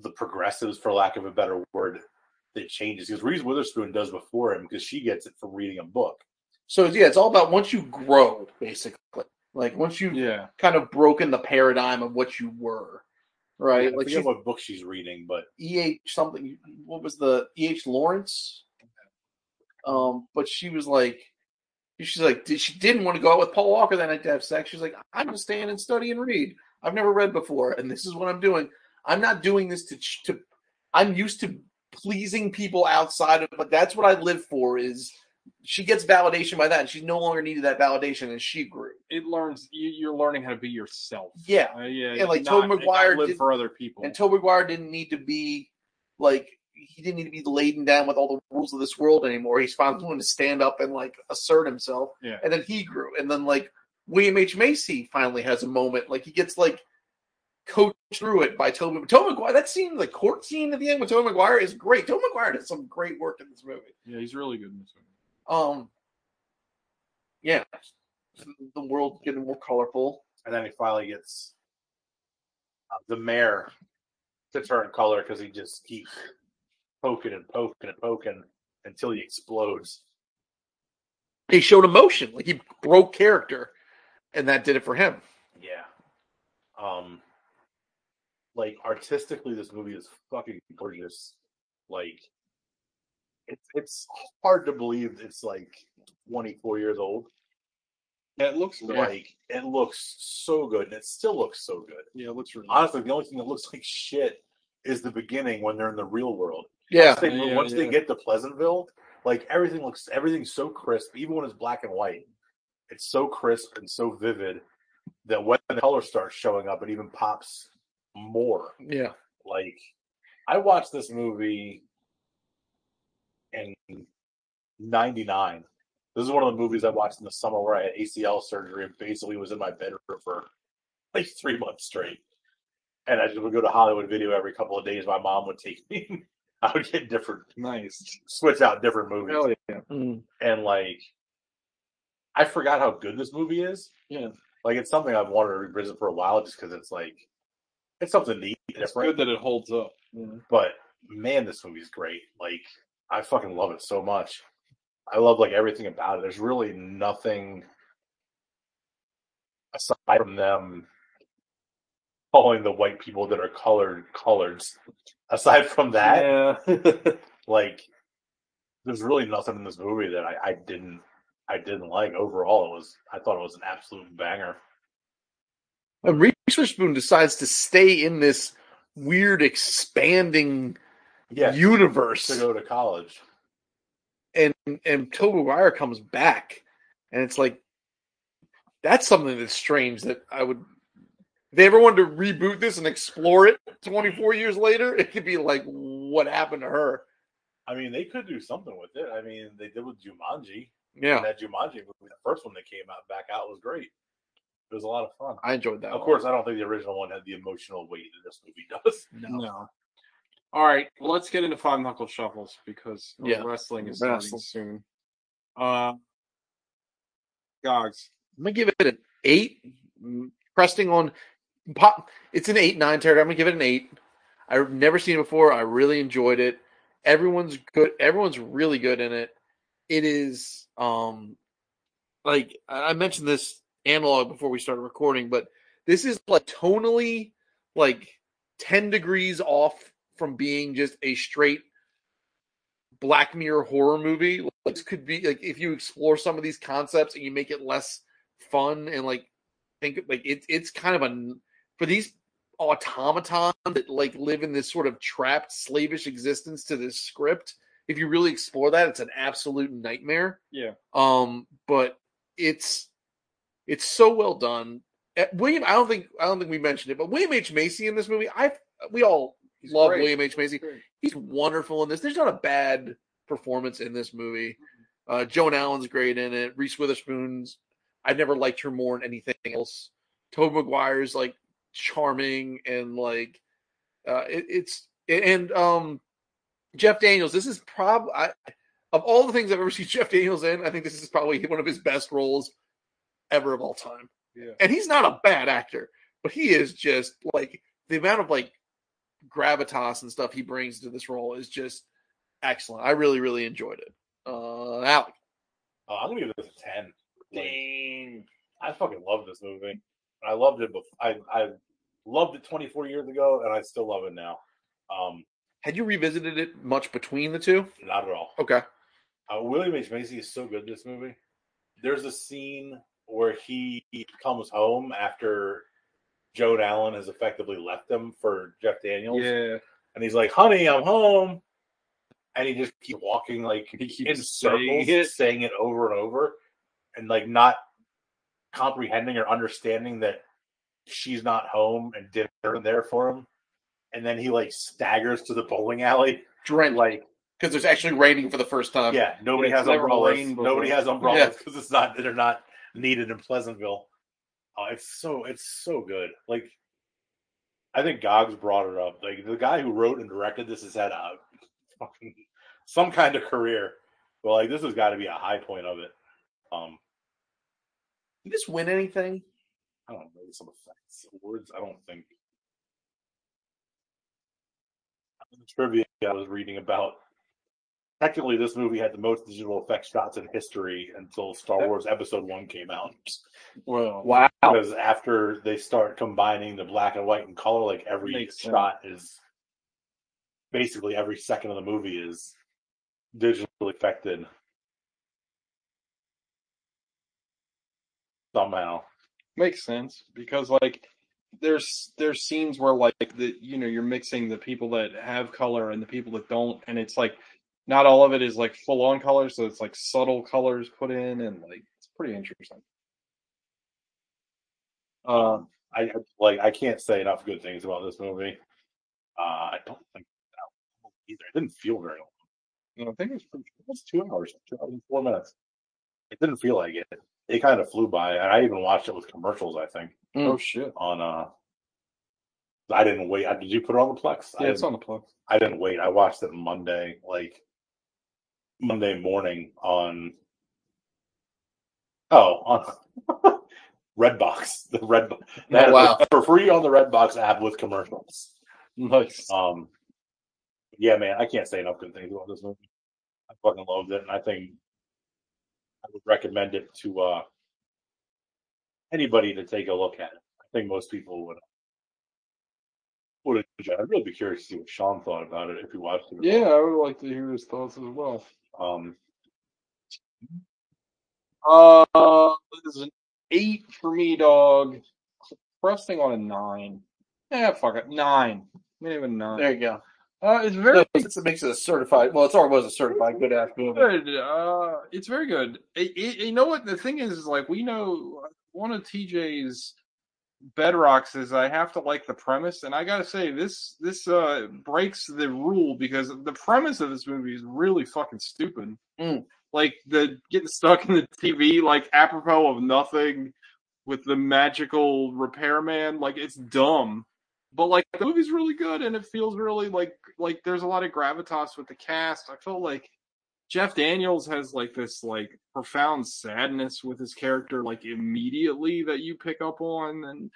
Speaker 1: the progressives, for lack of a better word, that changes because Reese Witherspoon does before him because she gets it from reading a book.
Speaker 2: So yeah, it's all about once you grow, basically. Like once you
Speaker 3: Yeah,
Speaker 2: kind of broken the paradigm of what you were, right?
Speaker 1: I
Speaker 2: like
Speaker 1: forget
Speaker 2: she,
Speaker 1: what book she's reading, but
Speaker 2: E.H. something. What was the E.H. Lawrence? Um, but she was like, she's like, did, she didn't want to go out with Paul Walker that night to have sex. She's like, I'm gonna stand and study and read. I've never read before, and this is what I'm doing. I'm not doing this to ch- to. I'm used to pleasing people outside of, but that's what I live for. Is she gets validation by that, and she no longer needed that validation, and she grew.
Speaker 3: it learns. You, you're learning how to be yourself.
Speaker 2: Yeah,
Speaker 3: Uh, yeah,
Speaker 2: Yeah, like
Speaker 3: not-
Speaker 2: Tobey
Speaker 3: not
Speaker 2: Maguire
Speaker 3: live
Speaker 2: did-
Speaker 3: for other people.
Speaker 2: And Toby Maguire didn't need to be like he didn't need to be laden down with all the rules of this world anymore. He's finally willing to stand up and like assert himself.
Speaker 3: Yeah.
Speaker 2: And then he grew. And then like William H. Macy finally has a moment. Like he gets like coached through it by Toby Toby Maguire. That scene, the court scene at the end with Toby Maguire is great. Toby Maguire does some great work in this movie.
Speaker 3: yeah, he's really good in this movie.
Speaker 2: Um yeah. The world getting more colorful.
Speaker 1: and then he finally gets uh, the mayor to turn color because he just keeps poking and poking and poking until he explodes.
Speaker 2: He showed emotion. Like he broke character. And that did it for him.
Speaker 1: Yeah. Um like artistically this movie is fucking gorgeous. Like it's it's hard to believe it's like 24 years old.
Speaker 3: It looks
Speaker 1: Like it looks so good, and it still looks so good.
Speaker 3: Yeah, it looks really.
Speaker 1: Honestly, the only thing that looks like shit is the beginning when they're in the real world.
Speaker 2: Yeah.
Speaker 1: Once they,
Speaker 5: Yeah,
Speaker 1: once they
Speaker 5: yeah.
Speaker 1: get to Pleasantville, like everything looks everything's so crisp, even when it's black and white. It's so crisp and so vivid that when the color starts showing up, it even pops more.
Speaker 2: Yeah.
Speaker 1: Like I watched this movie in '99. This is one of the movies I watched in the summer where I had ACL surgery and basically was in my bedroom for like three months straight. And I just would go to Hollywood Video every couple of days. My mom would take me. I would get different,
Speaker 3: nice.
Speaker 1: switch out different movies,
Speaker 3: Hell yeah.
Speaker 2: Mm.
Speaker 1: and like I forgot how good this movie is.
Speaker 3: Yeah.
Speaker 1: Like it's something I've wanted to revisit for a while, just because it's like it's something neat, and
Speaker 3: It's
Speaker 1: different.
Speaker 3: good that it holds up.
Speaker 1: But man, this movie's great. Like I fucking love it so much. I love like everything about it. There's really nothing aside from them calling the white people that are colored coloreds. Aside from that,
Speaker 3: yeah.
Speaker 1: like there's really nothing in this movie that I, I didn't I didn't like. Overall it was I thought it was an absolute banger.
Speaker 2: And Reese Witherspoon decides to stay in this weird expanding
Speaker 1: Yeah. You-
Speaker 2: universe.
Speaker 1: to go to college.
Speaker 2: and and Toby Wire comes back, and it's like that's something that's strange that I would. If they ever wanted to reboot this and explore it 24 years later, it could be like what happened to her.
Speaker 1: I mean, they could do something with it. I mean, they did with Jumanji.
Speaker 2: Yeah,
Speaker 1: And that Jumanji movie, the first one that came out back out was great. It was a lot of fun.
Speaker 2: I enjoyed that.
Speaker 1: Of
Speaker 2: one.
Speaker 1: course, I don't think the original one had the emotional weight that this movie does.
Speaker 5: No. All right, well, let's get into five knuckle shuffles because uh,
Speaker 2: Yeah.
Speaker 5: wrestling is starting
Speaker 2: Wrestling.
Speaker 5: soon. Uh, Gogs,
Speaker 2: I'm gonna give it an eight, m- cresting on pop. It's an eight nine territory. I'm gonna give it an eight. I've never seen it before. I really enjoyed it. Everyone's good. Everyone's really good in it. It is um like I I mentioned this analog before we started recording, but this is like tonally like ten degrees off from being just a straight Black Mirror horror movie. Like, This could be like if you explore some of these concepts and you make it less fun and like think like it's it's kind of a for these automaton that like live in this sort of trapped slavish existence to this script. If you really explore that, it's an absolute nightmare.
Speaker 5: Yeah.
Speaker 2: Um, but it's it's so well done. Eh, William, I don't think I don't think we mentioned it, but William H Macy in this movie, I we all
Speaker 5: He's
Speaker 2: love
Speaker 5: great.
Speaker 2: William H Macy
Speaker 5: Great.
Speaker 2: he's wonderful in this. There's not a bad performance in this movie. Uh, Joan Allen's great in it. Reese Witherspoon's. I've never liked her more in anything else. Tobey Maguire's like charming and like uh, it, it's and um Jeff Daniels. This is probably of all the things I've ever seen Jeff Daniels in. I think this is probably one of his best roles ever of all time.
Speaker 5: Yeah.
Speaker 2: And he's not a bad actor, but he is just like the amount of like gravitas and stuff he brings to this role is just excellent. I really, really enjoyed it. Uh, Alec,
Speaker 1: Uh, I'm gonna give this a ten. Like,
Speaker 5: Dang.
Speaker 1: I fucking love this movie. I loved it. Before. I I loved it 24 years ago, and I still love it now. Um,
Speaker 2: had you revisited it much between the two?
Speaker 1: not at all.
Speaker 2: Okay.
Speaker 1: Uh, William H Macy is so good in this movie. There's a scene where he comes home after Joan Allen has effectively left him for Jeff Daniels.
Speaker 3: Yeah.
Speaker 1: and he's like, "Honey, I'm home," and he just keep walking like
Speaker 3: He keeps
Speaker 1: in
Speaker 3: saying
Speaker 1: circles,
Speaker 3: it.
Speaker 1: saying it over and over, and like not comprehending or understanding that she's not home and dinner there for him. And then he like staggers to the bowling alley,
Speaker 2: Drenched.
Speaker 1: like
Speaker 2: Because there's actually raining for the first time.
Speaker 1: yeah, nobody
Speaker 5: Uh, it's
Speaker 1: has
Speaker 5: never
Speaker 1: umbrellas.
Speaker 5: rained
Speaker 1: Nobody
Speaker 5: before.
Speaker 1: has umbrellas because it's not they're not needed in Pleasantville. Oh, it's so it's so good. Like I think Gogs brought it up. Like the guy who wrote and directed this has had a fucking some kind of career. But like this has got to be a high point of it. Um,
Speaker 2: Did this win anything?
Speaker 1: I don't know maybe some effects awards. I don't think. In the trivia I was reading about. Technically, this movie had the most digital effects shots in history until Star Wars Episode One came out.
Speaker 5: Well,
Speaker 2: Wow.
Speaker 1: Because after they start combining the black and white and color, like every
Speaker 5: Makes sense.
Speaker 1: shot is basically every second of the movie is digitally affected. somehow.
Speaker 3: Makes sense because like there's there's scenes where like the you know you're mixing the people that have color and the people that don't and it's like not all of it is like full on color so it's like subtle colors put in and like it's pretty interesting. Uh,
Speaker 1: Um, I I- like. I can't say enough good things about this movie. Uh, I don't think that long either. It didn't feel very long.
Speaker 3: you know, I think it's pretty.
Speaker 1: It was two hours, two hours and four minutes. It didn't feel like it. It kind of flew by, and I even watched it with commercials. I think
Speaker 6: Mm.
Speaker 3: Oh shit!
Speaker 1: on. uh I didn't wait. I- Did you put it on the Plex? I
Speaker 3: Yeah, it's
Speaker 1: didn't-
Speaker 3: on the plug.
Speaker 1: I didn't wait. I watched it Monday, like Monday morning on oh on Redbox. The Red they had it
Speaker 2: wow.
Speaker 1: for free on the Redbox app with commercials.
Speaker 3: Nice.
Speaker 1: Um, yeah, man, I can't say enough good things about this movie. I fucking loved it, and I think I would recommend it to uh, anybody to take a look at it. I think most people would would enjoy. it. I'd really be curious to see what Sean thought about it if he watched it.
Speaker 3: Yeah, I would like to hear his thoughts as well.
Speaker 1: Um,
Speaker 3: Uh, this is an eight for me, dog. Resting on a nine. Yeah, fuck it, nine. Maybe a nine.
Speaker 2: There you go.
Speaker 3: Uh, it's very
Speaker 2: No, it's- it makes it a certified. Well, it's already was a certified good ass movie.
Speaker 3: good. Uh, it's very good. It, it, you know what the thing is? is Like we know uh, one of TJ's bedrocks is I have to like the premise, and I gotta say this this uh breaks the rule because the premise of this movie is really fucking stupid.
Speaker 2: Mm.
Speaker 3: Like the getting stuck in the TV, like apropos of nothing, with the magical repairman. Like it's dumb. But like the movie's really good and it feels really like like there's a lot of gravitas with the cast. I feel like Jeff Daniels has like this like profound sadness with his character like immediately that you pick up on and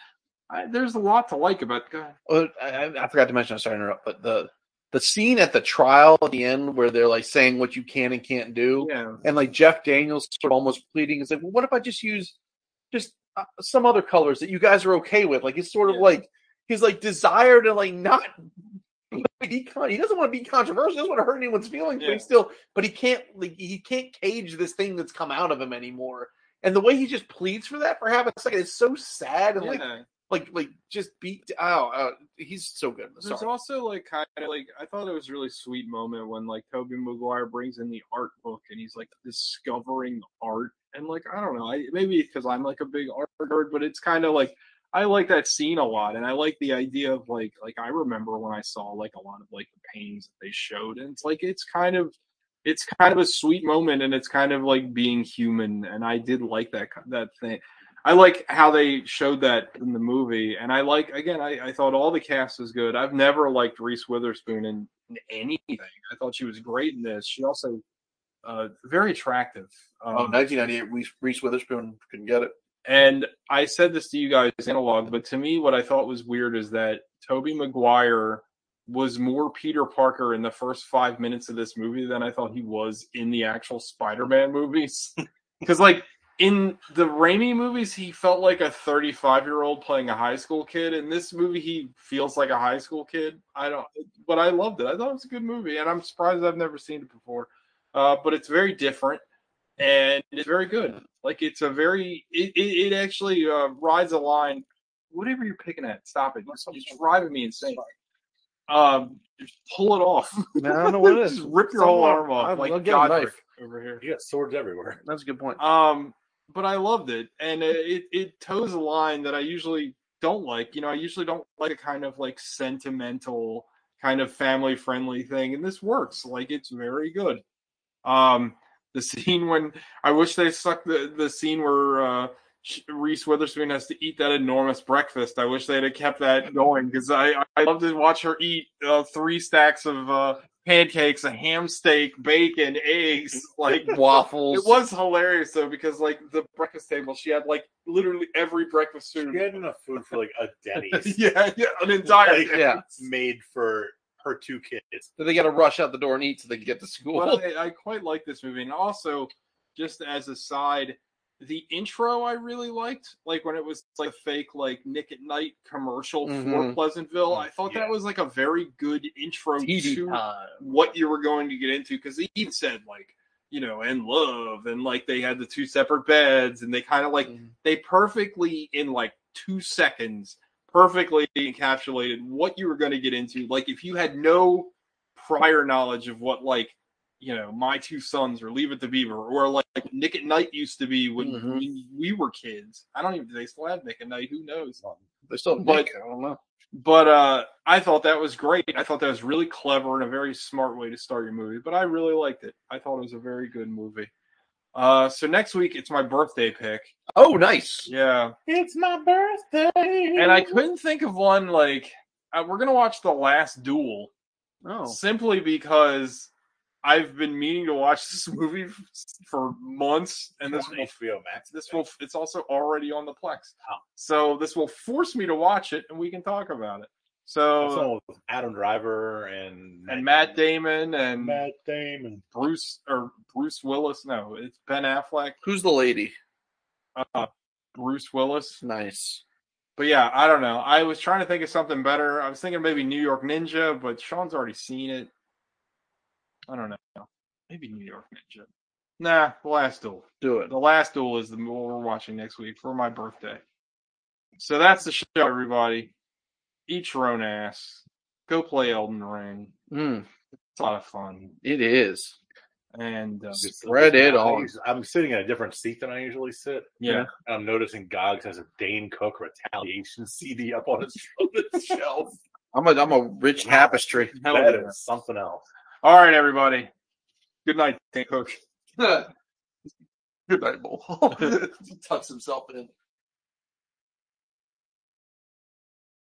Speaker 3: I, there's a lot to like about God.
Speaker 2: Oh, I, I- I forgot to mention. I'm sorry to interrupt, but the the scene at the trial at the end where they're like saying what you can and can't do,
Speaker 3: Yeah.
Speaker 2: and like Jeff Daniels sort of almost pleading, is like, well, what if I just use just uh, some other colors that you guys are okay with? Like it's sort of
Speaker 3: Yeah.
Speaker 2: like his like desire to like not. He, con- he doesn't want to be controversial. He doesn't want to hurt anyone's feelings, but
Speaker 3: Yeah.
Speaker 2: he still, but he can't, like, he can't cage this thing that's come out of him anymore. And the way he just pleads for that for half a second is so sad and like
Speaker 3: Yeah.
Speaker 2: like like just beat oh uh, he's so good in this
Speaker 3: There's
Speaker 2: song.
Speaker 3: also like kind of like I thought it was a really sweet moment when like Toby Maguire brings in the art book and he's like discovering art and like I don't know I, maybe because I'm like a big art nerd but it's kind of like I like that scene a lot and I like the idea of like like I remember when I saw like a lot of like the paintings that they showed and it's like it's kind of it's kind of a sweet moment and it's kind of like being human and I did like that that thing I like how they showed that in the movie, and I like again. I, I thought all the cast was good. I've never liked Reese Witherspoon in, in anything. I thought she was great in this. She also uh, very attractive. Um,
Speaker 2: Oh, 1998 Reese, Reese Witherspoon couldn't get it.
Speaker 3: and I said this to you guys analog, but to me, what I thought was weird is that Toby Maguire was more Peter Parker in the first five minutes of this movie than I thought he was in the actual Spider-Man movies. Because like in the Raimi movies, he felt like a 35-year-old playing a high school kid. In this movie, he feels like a high school kid. I don't, but I loved it. I thought it was a good movie, and I'm surprised I've never seen it before. Uh, but it's very different and it's very good. Like it's a very it it, it actually uh, rides a line. Whatever you're picking at, stop it. It's, it's driving me insane. Um, just pull it off.
Speaker 2: Man, I don't know what it is.
Speaker 3: just rip your whole
Speaker 2: Someone-
Speaker 3: arm off,
Speaker 2: I'll-
Speaker 3: like
Speaker 2: I'll
Speaker 3: God
Speaker 2: get a knife.
Speaker 3: over here.
Speaker 1: you got swords everywhere.
Speaker 2: That's a good point.
Speaker 3: Um, but I loved it, and it, it it toes a line that I usually don't like. You know, I usually don't like a kind of like sentimental, kind of family friendly thing, and this works. Like it's very good. Um, the scene when I wish they stuck the the scene where uh, Sh- Reese Witherspoon has to eat that enormous breakfast. I wish they'd have kept that going because I I love to watch her eat uh, three stacks of uh, pancakes, a ham steak, bacon, eggs, like.
Speaker 2: Waffles.
Speaker 3: It was hilarious though because like the breakfast table, she had like literally every breakfast
Speaker 1: She
Speaker 3: food.
Speaker 1: had enough food for like a Denny's
Speaker 3: yeah, yeah, an entire.
Speaker 1: Like-
Speaker 2: yeah.
Speaker 1: made for her two kids.
Speaker 2: Then they got to rush out the door and eat so they can get to school.
Speaker 3: But I, I quite like this movie, and also just as a side, the intro I really liked. Like when it was like a fake like Nick at Night commercial for
Speaker 2: Mhm.
Speaker 3: Pleasantville, I thought
Speaker 1: Yeah.
Speaker 3: that was like a very good intro
Speaker 2: TV
Speaker 3: to
Speaker 2: time.
Speaker 3: what you were going to get into because he even said like you know, and love, and like they had the two separate beds, and they kind of like
Speaker 4: Mm.
Speaker 3: they perfectly in like two seconds perfectly encapsulated what you were going to get into. Like if you had no prior knowledge of what like you know my two sons or Leave It to Beaver or like, like Nick at Night used to be when,
Speaker 4: Mhm.
Speaker 3: when we were kids. I don't even do they still have Nick at Night. Who knows?
Speaker 4: They still have
Speaker 3: But-
Speaker 4: Nick, I don't know.
Speaker 3: But uh, I thought that was great. I thought that was really clever and a very smart way to start your movie. But I really liked it. I thought it was a very good movie. Uh, so next week it's my birthday pick.
Speaker 4: Oh, nice.
Speaker 3: Yeah,
Speaker 1: It's my birthday.
Speaker 3: and I couldn't think of one like uh, we're gonna watch The Last Duel.
Speaker 4: Oh,
Speaker 3: simply because I've been meaning to watch this movie f- for months, and this will,
Speaker 1: HBO Max.
Speaker 3: this will it's also already on the Plex.
Speaker 1: Wow.
Speaker 3: So this will force me to watch it, and we can talk about it.
Speaker 1: That's the
Speaker 3: So
Speaker 1: one with Adam Driver and
Speaker 3: Um, and Matt Damon and
Speaker 1: Matt Damon.
Speaker 3: Bruce or Bruce Willis. No, it's Ben Affleck,
Speaker 4: who's the lady?
Speaker 3: uh, Bruce Willis.
Speaker 4: Nice.
Speaker 3: But yeah, I don't know. I was trying to think of something better. I was thinking maybe New York Ninja, but Sean's already seen it. I don't know. Maybe New York Ninja. Nah, The Last Duel.
Speaker 4: Do it.
Speaker 3: The Last Duel is the one we're watching next week for my birthday. So that's the show, everybody. Eat your own ass. Go play Elden Ring.
Speaker 4: Mm,
Speaker 3: It's a lot of fun.
Speaker 4: it is.
Speaker 3: And uh,
Speaker 4: Spread it on.
Speaker 1: I'm sitting in a different seat than I usually sit.
Speaker 3: yeah,
Speaker 1: And I'm noticing Gogs has a Dane Cook retaliation CD up on his, on his shelf.
Speaker 4: I'm a I'm a rich tapestry.
Speaker 3: hell
Speaker 1: that
Speaker 3: yeah.
Speaker 1: is something else.
Speaker 3: All right, everybody. Good night, Dan Cook.
Speaker 4: Good night, Bull. Tucks himself in.